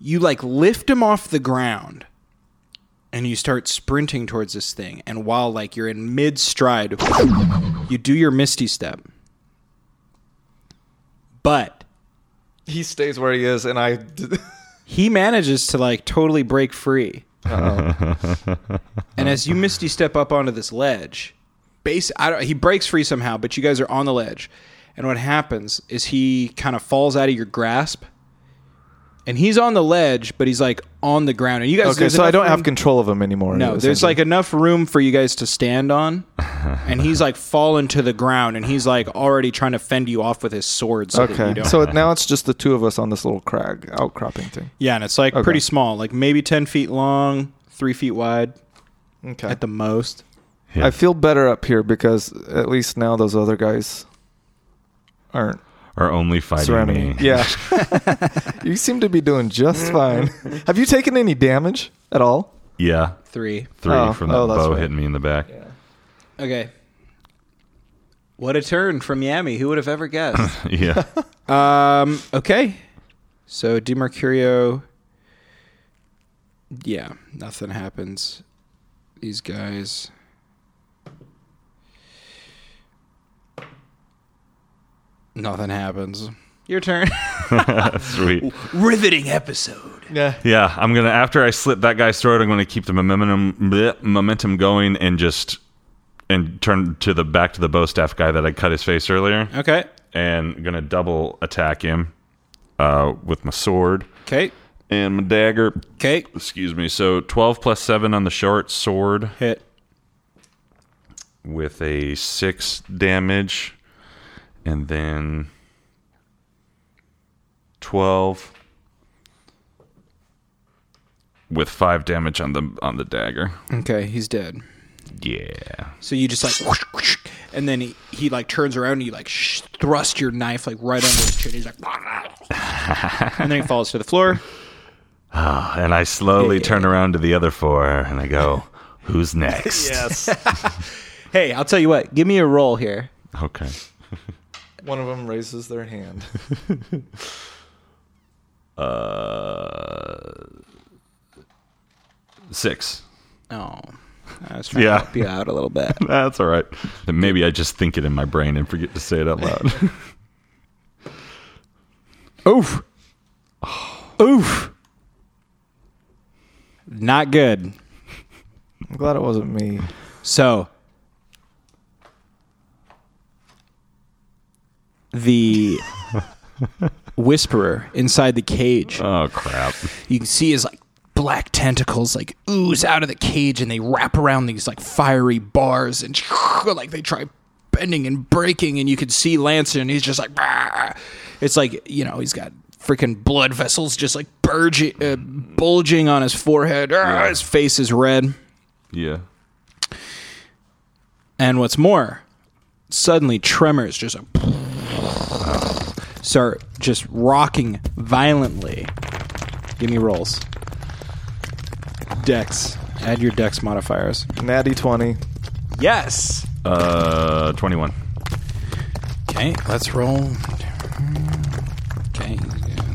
S2: you like lift him off the ground, and you start sprinting towards this thing. And while like you're in mid stride, you do your Misty Step. But
S3: He stays where he is, and I.
S2: he manages to like totally break free. and as you misty step up onto this ledge, base I don't, he breaks free somehow, but you guys are on the ledge. And what happens is he kind of falls out of your grasp. And he's on the ledge, but he's like on the ground. And you guys
S3: Okay,
S2: there's
S3: so I
S2: enough
S3: don't
S2: room-
S3: have control of him anymore.
S2: No, there's like enough room for you guys to stand on. and he's like fallen to the ground and he's like already trying to fend you off with his sword so that you
S3: okay.
S2: don't
S3: So now it's just the two of us on this little crag outcropping thing.
S2: Yeah, and it's like pretty small, like maybe ten feet long, three feet wide
S3: Okay.
S2: at the most.
S4: Yeah.
S3: I feel better up here because at least now those other guys aren't
S4: Are only fighting
S3: surrounding
S4: me.
S3: me. Yeah. you seem to be doing just fine. have you taken any damage at all?
S4: Yeah.
S2: Three.
S4: Three
S3: Oh,
S4: from
S3: oh,
S4: that
S3: that's
S4: bow
S3: right.
S4: hitting me in the back.
S2: Okay. What a turn from Yami. Who would have ever guessed?
S4: yeah.
S2: um, okay. So Demercurio. Yeah, nothing happens. These guys. Nothing happens. Your turn.
S4: Sweet.
S2: Riveting episode.
S3: Yeah.
S4: Yeah, I'm gonna after I slit that guy's throat, I'm gonna keep the momentum bleh, momentum going and just and turn to the back to the bow staff guy that I cut his face earlier,
S2: Okay.
S4: and gonna double attack him uh, with my sword
S2: Okay.
S4: and my dagger.
S2: Okay.
S4: Excuse me. So 12 plus seven on the short sword
S2: Hit.
S4: with a six damage, and then 12 with five damage on the on the dagger.
S2: Okay, he's dead.
S4: Yeah.
S2: So you just like, whoosh, whoosh, and then he, he like turns around and you like sh- thrust your knife like right under his chin. He's like, and then he falls to the floor.
S4: Uh, And I slowly turn around to the other four and I go, "Who's next?"
S3: Yes.
S2: Hey, I'll tell you what. Give me a roll here.
S4: Okay.
S3: One of them raises their hand.
S4: Uh, Six.
S2: Oh, I was trying
S4: Yeah.
S2: to help you out a little bit.
S4: That's all right. Then maybe I just think it in my brain and forget to say it out loud.
S2: Oof, oof, not good.
S3: I'm glad it wasn't me.
S2: So the whisperer inside the cage
S4: oh crap.
S2: you can see his like black tentacles like ooze out of the cage and they wrap around these like fiery bars and like they try bending and breaking and you can see Lancer and he's just like "Bah." it's like you know he's got freaking blood vessels just like burging, uh, bulging on his forehead Ah, his face is red
S4: Yeah.
S2: and what's more, suddenly tremors just like, start just rocking violently. Give me rolls. Dex. Add your dex modifiers.
S3: Natty 20.
S2: Yes.
S4: Uh, twenty-one.
S2: Okay, let's roll. Okay, he's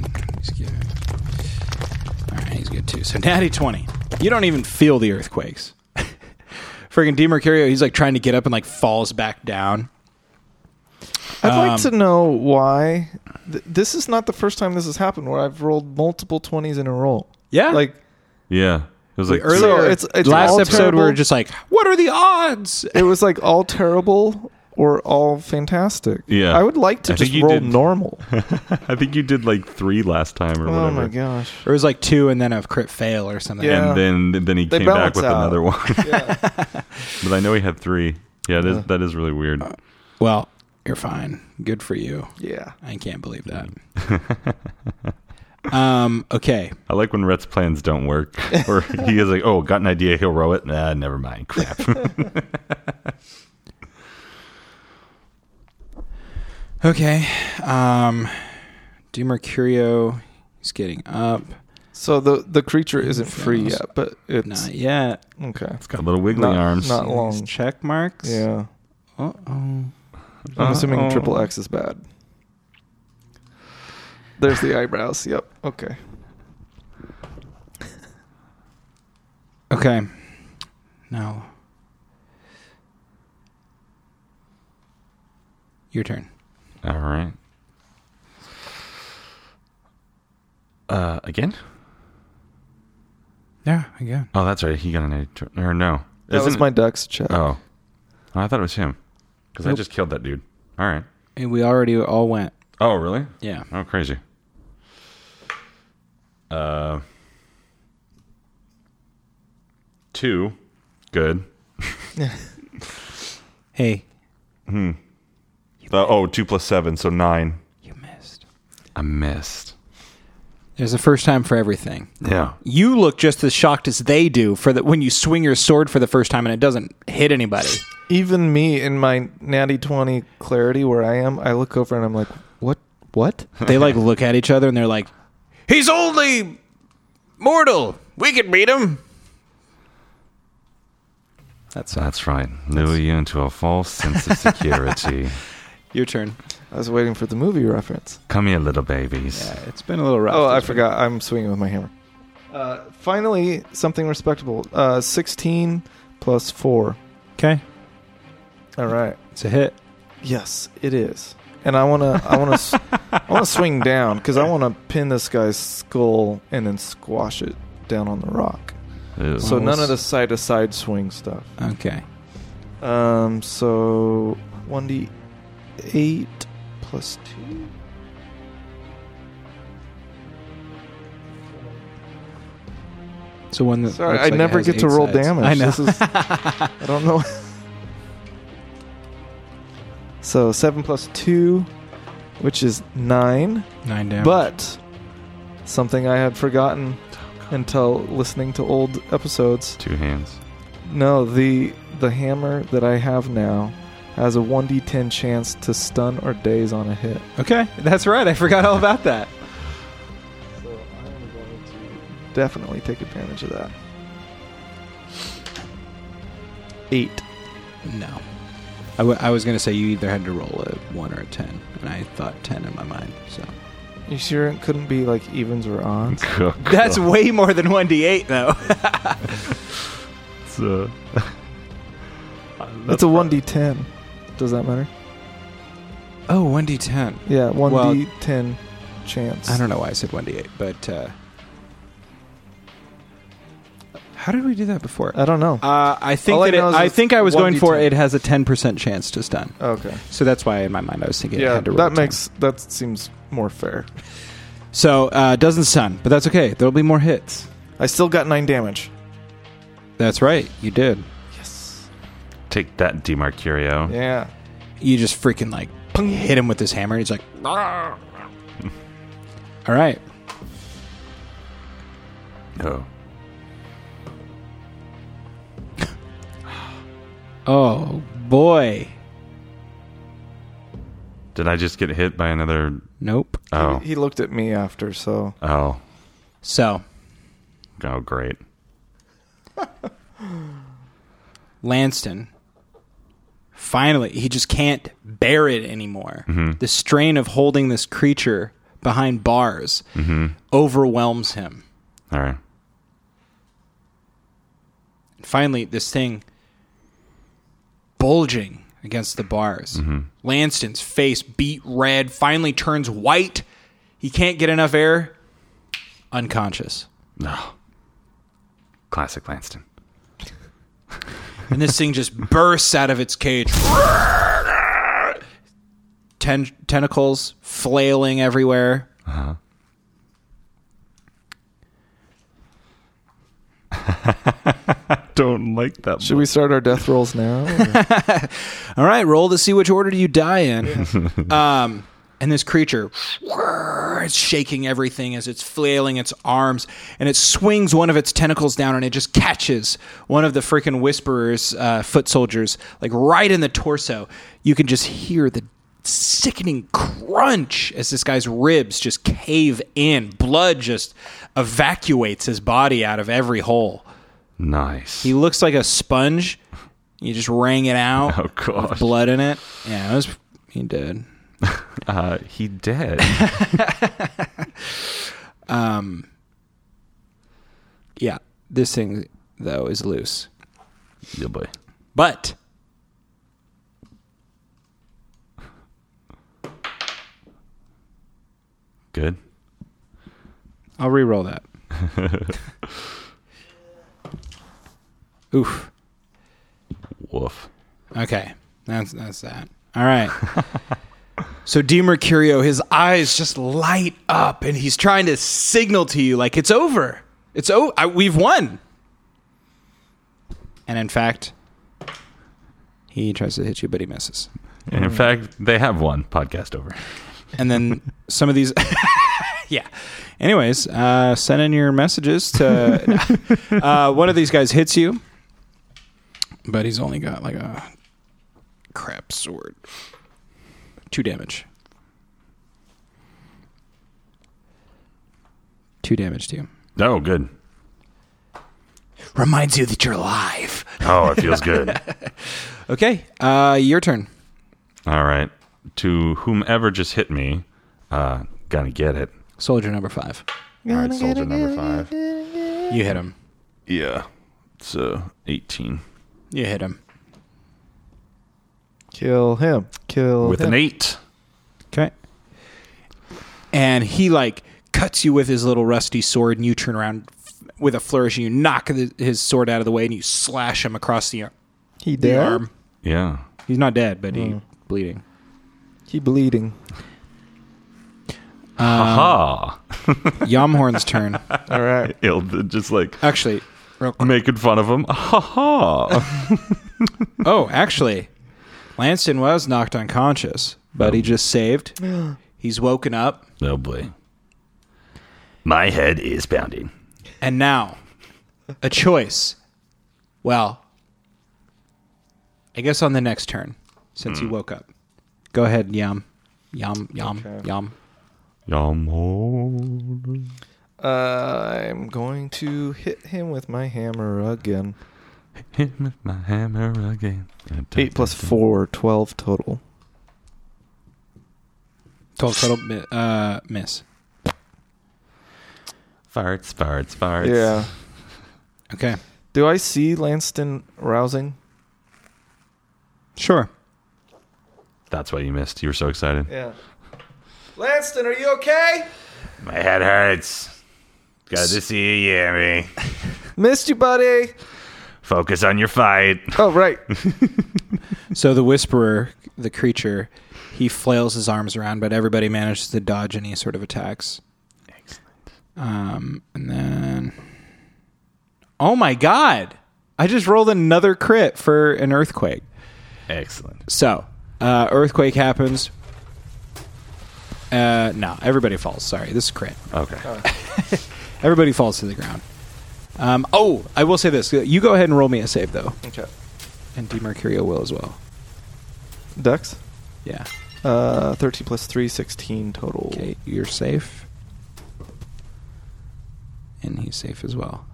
S2: good. He's good. All right, he's good too. So, Natty 20. You don't even feel the earthquakes. Friggin' DeMercurio, he's like trying to get up and like falls back down.
S3: I'd like to know why. Th- this is not the first time this has happened where I've rolled multiple 20s in a row.
S2: Yeah.
S3: Like,
S4: Yeah. It was like
S2: earlier,
S3: So it's- it's
S2: last
S3: all
S2: episode
S3: terrible.
S2: we were just like, what are the odds?
S3: it was like all terrible or all fantastic.
S4: Yeah.
S3: I would like to
S4: I
S3: just
S4: think you
S3: roll
S4: did-
S3: normal.
S4: I think you did like three last time or whatever.
S3: oh my gosh.
S2: It was like two and then a crit fail or something.
S3: Yeah.
S4: And then then he
S3: They
S4: came back
S3: balance
S4: with
S3: out.
S4: another one. but I know he had three. Yeah, it is, that is really weird.
S2: Well, you're fine. Good for you.
S3: Yeah.
S2: I can't believe that. um, okay.
S4: I like when Rhett's plans don't work, or he is like, "Oh, got an idea, he'll row it." Nah, never mind. Crap.
S2: Okay. Um Demercurio he's getting up.
S3: So the the creature isn't free
S2: Infernals.
S3: yet, but it's
S2: Not yet.
S3: okay.
S4: got little wiggly
S3: Not-
S4: arms.
S3: not-
S2: See these
S3: long.
S2: Check marks.
S3: Yeah.
S2: Uh oh.
S4: Uh-huh.
S3: I'm assuming
S4: Uh-oh.
S3: triple X is bad. There's the eyebrows. Yep. Okay.
S2: Okay. No. Your turn.
S4: All right. Uh, again?
S2: Yeah, again.
S4: Oh, that's right. He got an eight. turn- Or no,
S3: That was
S4: Isn't
S3: my
S4: it-
S3: ducks check.
S4: Oh, I thought it was him because I
S2: Nope.
S4: just killed that dude. All right.
S2: And we already all went.
S4: Oh, really?
S2: Yeah.
S4: Oh, crazy. Uh, two. Good.
S2: Hey,
S4: Uh, Hmm. oh, two plus seven, so nine.
S2: you missed.
S4: I missed.
S2: There's a first time for everything.
S4: Yeah.
S2: You look just as shocked as they do for that when you swing your sword for the first time and it doesn't hit anybody.
S3: Even me in my natty twenty clarity where I am, I look over and I'm like, what? What?
S2: They like look at each other and they're like, "He's only mortal. We can beat him." That's
S4: That's right. Lure you into a false sense of security.
S2: your turn.
S3: I was waiting for the movie reference.
S4: Come here, little babies.
S2: Yeah, it's been a little rough.
S3: Oh, I
S2: this week.
S3: forgot. I'm swinging with my hammer. Uh, finally, something respectable. Uh, 16 plus 4.
S2: Okay,
S3: All right.
S2: it's a hit.
S3: Yes, it is. And I want to I want to I want to swing down cuz I want to pin this guy's skull and then squash it down on the rock.
S4: Ew.
S3: So
S2: Well,
S3: none
S2: let's-
S3: of the side to side swing stuff.
S2: Okay,
S3: Um so 1d8 plus 2
S2: so one that
S3: Sorry,
S2: looks
S3: I
S2: like it
S3: never
S2: has
S3: get to
S2: eight
S3: roll
S2: sides.
S3: damage.
S2: I know.
S3: This is I don't know. so 7 plus 2 which is 9.
S2: Nine damage.
S3: But something I had forgotten until listening to old episodes.
S4: Two hands.
S3: No, the the hammer that I have now has a 1d10 chance to stun or daze on a hit.
S2: okay, that's right. I forgot all about that.
S3: So I'm going to definitely take advantage of that. 8.
S2: No, I, w- I was gonna say you either had to roll a one or a ten, and I thought ten in my mind. So
S3: You sure it couldn't be like evens or odds?
S4: Cool, cool.
S2: that's way more than one d eight though.
S4: It's, uh,
S3: That's a 1d10. Does that matter?
S2: oh, one d ten.
S3: Yeah,
S2: Well-
S3: 1d10 chance.
S2: I don't know why I said 1d8, but uh, how did we do that before?
S3: I don't know.
S2: Uh, I think
S3: All I
S2: that it,
S3: know is
S2: I
S3: it's
S2: think I was going for
S3: 1d10.
S2: it has a 10% chance to stun.
S3: Okay.
S2: So that's why in my mind I was thinking it
S3: Yeah,
S2: had to roll 10.
S3: that makes that seems more fair.
S2: So uh, it doesn't stun, but that's okay. There'll be more hits.
S3: I still got nine damage.
S2: That's right. You did.
S3: Yes.
S4: take that, DiMarcurio.
S3: Yeah.
S2: You just freaking like hit him with this hammer and he's like "Ah." All right.
S4: No.
S2: Oh boy.
S4: Did I just get hit by another?
S2: Nope.
S4: Oh,
S3: He, he looked at me after, so
S4: oh,
S2: So,
S4: oh, great.
S2: Lanston finally he just can't bear it anymore. The strain of holding this creature behind bars overwhelms him.
S4: All right.
S2: And finally, this thing bulging against the bars. Lanston's face beat red, finally turns white. He can't get enough air. Unconscious.
S4: No. Classic Lanston.
S2: and this thing just bursts out of its cage. Ten- tentacles flailing everywhere.
S4: Don't like that.
S3: should we start our death rolls now? or-
S2: All right, roll to see which order you die in. um, and this creature, it's shaking everything as it's flailing its arms, and it swings one of its tentacles down, and it just catches one of the freaking whisperers, uh, foot soldiers, like right in the torso. You can just hear the sickening crunch as this guy's ribs just cave in. Blood just evacuates his body out of every hole.
S4: Nice.
S2: He looks like a sponge. You just wring it out.
S4: Oh, gosh.
S2: With blood in it. Yeah, it was. He did.
S4: uh, he dead.
S2: Yeah, this thing though is loose,
S4: yeah, boy.
S2: but
S4: Good.
S2: I'll re-roll that. Oof.
S4: Woof.
S2: Okay, that's that's that. All right. so D. Mercurio, his eyes just light up, and he's trying to signal to you like it's over. It's oh, we've won. And in fact, he tries to hit you, but he misses.
S4: And in fact, they have one podcast over.
S2: and then some of these yeah anyways uh, send in your messages to uh, one of these guys hits you but he's only got like a crap sword two damage two damage to you
S4: Oh, good. Oh,
S2: reminds you that you're alive
S4: Oh, it feels good.
S2: Okay, uh, your turn.
S4: All right. To whomever just hit me, uh, gonna get it.
S2: Soldier number five.
S4: All right, soldier number five.
S2: You hit him.
S4: Yeah. It's uh, 18.
S2: You hit him.
S3: Kill him. Kill
S4: With
S3: him.
S4: an 8.
S2: Okay. And he like cuts you with his little rusty sword, and you turn around f- with a flourish, and you knock the, his sword out of the way, and you slash him across the, ar-
S3: He
S2: the
S3: dead.
S2: arm.
S4: Yeah.
S2: He's not dead, but he bleeding.
S3: He bleeding.
S4: Aha.
S2: Yamhorn's turn.
S3: All right.
S4: Ilda just like
S2: Actually, real quick.
S4: making fun of him. Ha ha.
S2: Oh, actually, Lanston was knocked unconscious, but he just saved. He's woken up,
S4: oh boy. My head is pounding.
S2: and now a choice. Well, I guess on the next turn, since he woke up. Go ahead, Yum. Yum, yum, yum.
S4: Yum. ho.
S3: Uh, I'm going to hit him with my hammer again.
S4: Hit with my hammer again.
S3: Eight plus four, twelve total.
S2: Total, total mi- uh, miss.
S4: Farts, farts, farts.
S3: Yeah.
S2: Okay.
S3: Do I see Lanston rousing?
S2: Sure.
S4: That's why you missed. You were so excited.
S3: Yeah. Lanston, are you okay?
S4: My head hurts. Glad to see you, Yami.
S3: Missed you, buddy.
S4: Focus on your fight.
S3: Oh, right.
S2: So the whisperer, the creature, he flails his arms around, but everybody manages to dodge any sort of attacks. Excellent. Um, and then, oh my god, I just rolled another crit for an earthquake.
S4: Excellent.
S2: So uh, earthquake happens. Uh, no, everybody falls. Sorry, this is crit.
S4: Okay.
S3: Oh.
S2: Everybody falls to the ground. Um, oh, I will say this: you go ahead and roll me a save though,
S3: okay.
S2: and D Mercurio will as well.
S3: Dex?
S2: Yeah.
S3: Uh, 13 plus 3, 16 total.
S2: Okay, you're safe. And he's safe as well.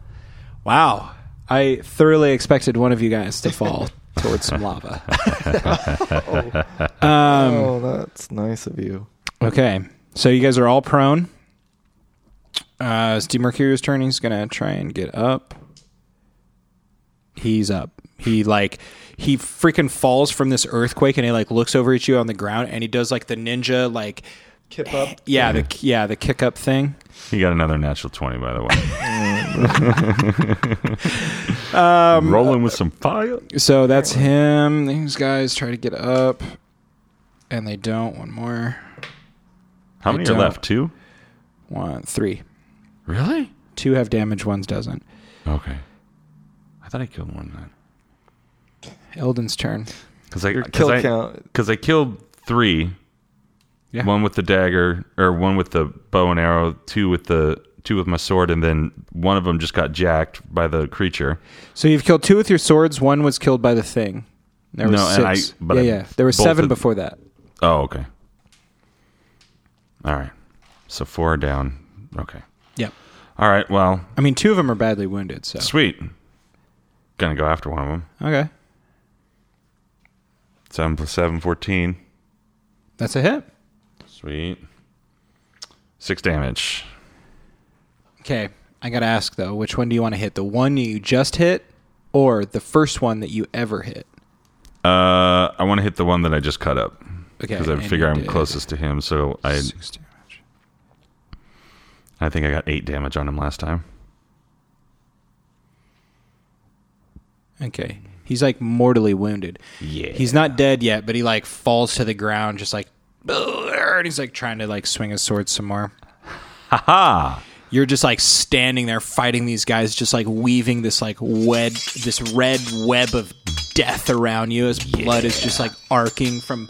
S2: Wow. I thoroughly expected one of you guys to fall towards some lava. um,
S3: Oh, that's nice of you.
S2: okay. So you guys are all prone. Uh, it's Mercurio's turn. He's going to try and get up. He's up. He like he freaking falls from this earthquake and he like looks over at you on the ground and he does like the ninja like
S3: Kip up.
S2: yeah, the yeah, the kick up thing.
S4: He got another natural 20, by the way. um, Rolling with some fire.
S2: So that's him. These guys try to get up, and they don't. One more,
S4: How
S2: I
S4: many
S2: don't-
S4: are left? Two?
S2: one, three.
S4: Really?
S2: Two have damage, one doesn't.
S4: Okay. I thought I killed more than that.
S2: Elden's turn.
S4: Because I,
S3: Your
S4: cause
S3: kill
S4: I,
S3: count.
S4: 'cause I killed three.
S2: Yeah.
S4: One with the dagger, or one with the bow and arrow, two with the two with my sword, and then one of them just got jacked by the creature.
S2: So you've killed two with your swords. One was killed by the thing. There was
S4: No, and I-
S2: six.
S4: but
S2: yeah,
S4: I
S2: yeah. There were seven
S4: bolted-
S2: before that.
S4: Oh, okay. All right. So four are down. Okay.
S2: Yeah.
S4: All right. Well,
S2: I mean, two of them are badly wounded. So
S4: sweet. Gonna go after one of them.
S2: okay,
S4: Seven plus seven, 14.
S2: that's a hit.
S4: Sweet. Six damage.
S2: Okay, I gotta ask though, which one do you want to hit? The one you just hit, or the first one that you ever hit?
S4: Uh, I want to hit the one that I just cut up
S2: Okay,
S4: because I
S2: and
S4: figure
S2: you
S4: I'm
S2: did
S4: closest to him. So I,
S2: six damage.
S4: I think I got eight damage on him last time.
S2: Okay. He's like mortally wounded.
S4: Yeah.
S2: He's not dead yet, but he like falls to the ground just like and he's like trying to like swing his sword some more.
S4: Haha.
S2: You're just like standing there fighting these guys, just like weaving this like web this red web of death around you as blood is just like arcing from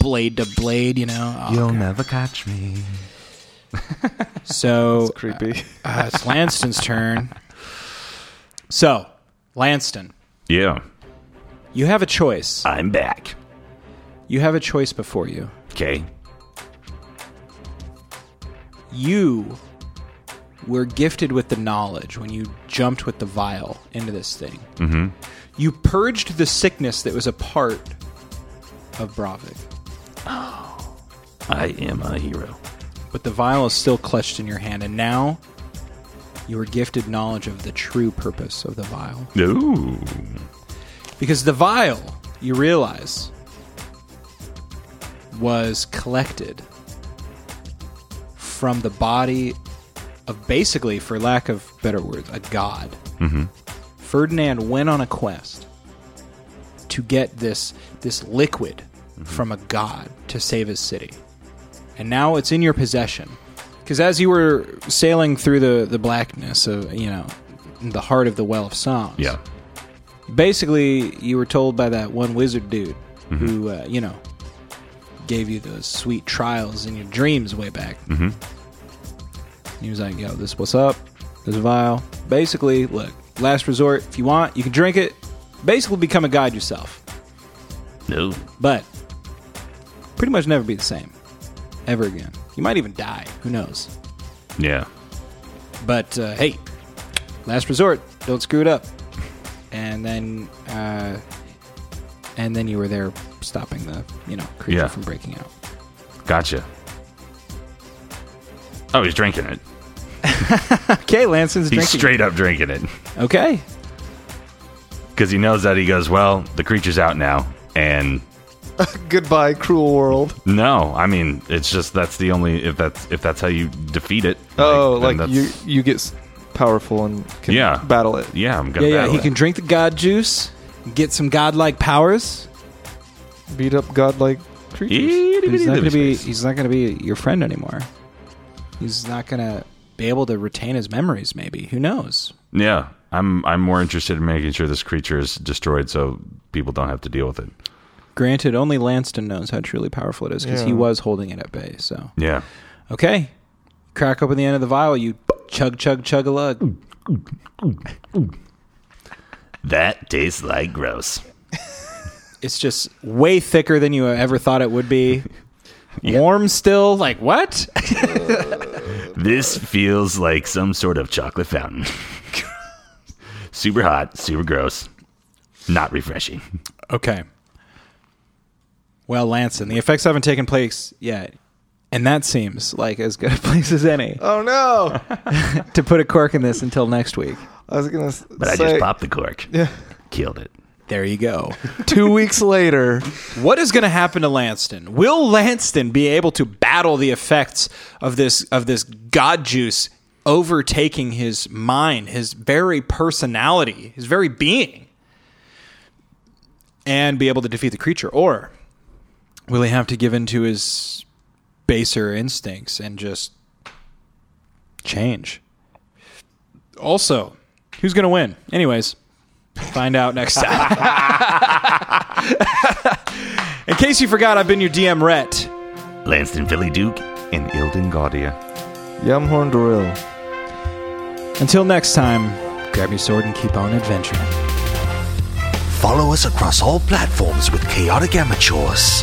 S2: blade to blade, you know. Oh, God.
S4: never catch me.
S2: so
S3: Creepy.
S2: uh, it's Lanston's turn. So, Lanston,
S4: Yeah.
S2: you have a choice.
S4: I'm back.
S2: You have a choice before you.
S4: Okay.
S2: you were gifted with the knowledge when you jumped with the vial into this thing. Mm-hmm. You purged the sickness that was a part of Bravik,
S4: I am a hero.
S2: but the vial is still clutched in your hand, and now you are gifted knowledge of the true purpose of the vial.
S4: Ooh.
S2: Because the vial, you realize, was collected from the body of basically, for lack of better words, a god. Mm-hmm. Ferdinand went on a quest to get this this liquid from a god to save his city, and now it's in your possession. Because as you were sailing through the the blackness of you know the heart of the well of songs,
S4: Yeah.
S2: basically you were told by that one wizard dude who uh, you know gave you those sweet trials in your dreams way back mm-hmm. he was like yo this what's up this vial basically look last resort if you want you can drink it basically become a god yourself
S4: No.
S2: but pretty much never be the same ever again you might even die who knows
S4: Yeah.
S2: but uh, hey, last resort, don't screw it up. And then, uh, and then you were there stopping the you know creature
S4: Yeah.
S2: from breaking out.
S4: Gotcha. Oh, he's drinking it.
S2: Okay, Lanson's
S4: He's
S2: drinking.
S4: straight up drinking it.
S2: Okay,
S4: Because he knows that he goes, well, the creature's out now. And uh,
S3: Goodbye, cruel world.
S4: no, I mean, it's just that's the only if that's if that's how you defeat it.
S3: Oh,
S4: then
S3: like,
S4: that's-
S3: you you get s- powerful and can
S4: Yeah.
S3: battle it.
S4: Yeah, I'm
S2: yeah,
S4: gonna.
S2: yeah.
S4: battle
S2: He
S4: it.
S2: can drink the god juice, get some godlike powers.
S3: Beat up godlike creatures.
S2: But he's not gonna be. He's not gonna be your friend anymore. He's not gonna be able to retain his memories. Maybe who knows?
S4: Yeah, I'm. I'm more interested in making sure this creature is destroyed so people don't have to deal with it.
S2: Granted, only Lanston knows how truly powerful it is because he
S3: Yeah.
S2: was holding it at bay. So
S4: Yeah.
S2: Okay. Crack open the end of the vial. You chug, chug, chug a lug.
S4: That tastes like gross.
S2: It's just way thicker than you ever thought it would be. Warm still. Like, what?
S4: This feels like some sort of chocolate fountain. super hot, super gross, not refreshing.
S2: Okay. Well, Lanson, the effects haven't taken place yet. And that seems like as good a place as any
S3: Oh no!
S2: to put a cork in this until next week.
S3: I was gonna s-
S4: But I
S3: say
S4: just popped the cork.
S3: Yeah.
S4: Killed it.
S2: There you go.
S3: two weeks later.
S2: What is going to happen to Lanston? Will Lanston be able to battle the effects of this of this god juice overtaking his mind, his very personality, his very being, and be able to defeat the creature, or will he have to give in to his baser instincts and just change? Also, who's going to win? Anyways, find out next time. In case you forgot, I've been your DM, Rhett.
S4: Lanston Philly Duke and Ilden Gaudia.
S3: Yamhorn Doril.
S2: Until next time, grab your sword and keep on adventuring.
S1: Follow us across all platforms with Chaotic Amateurs.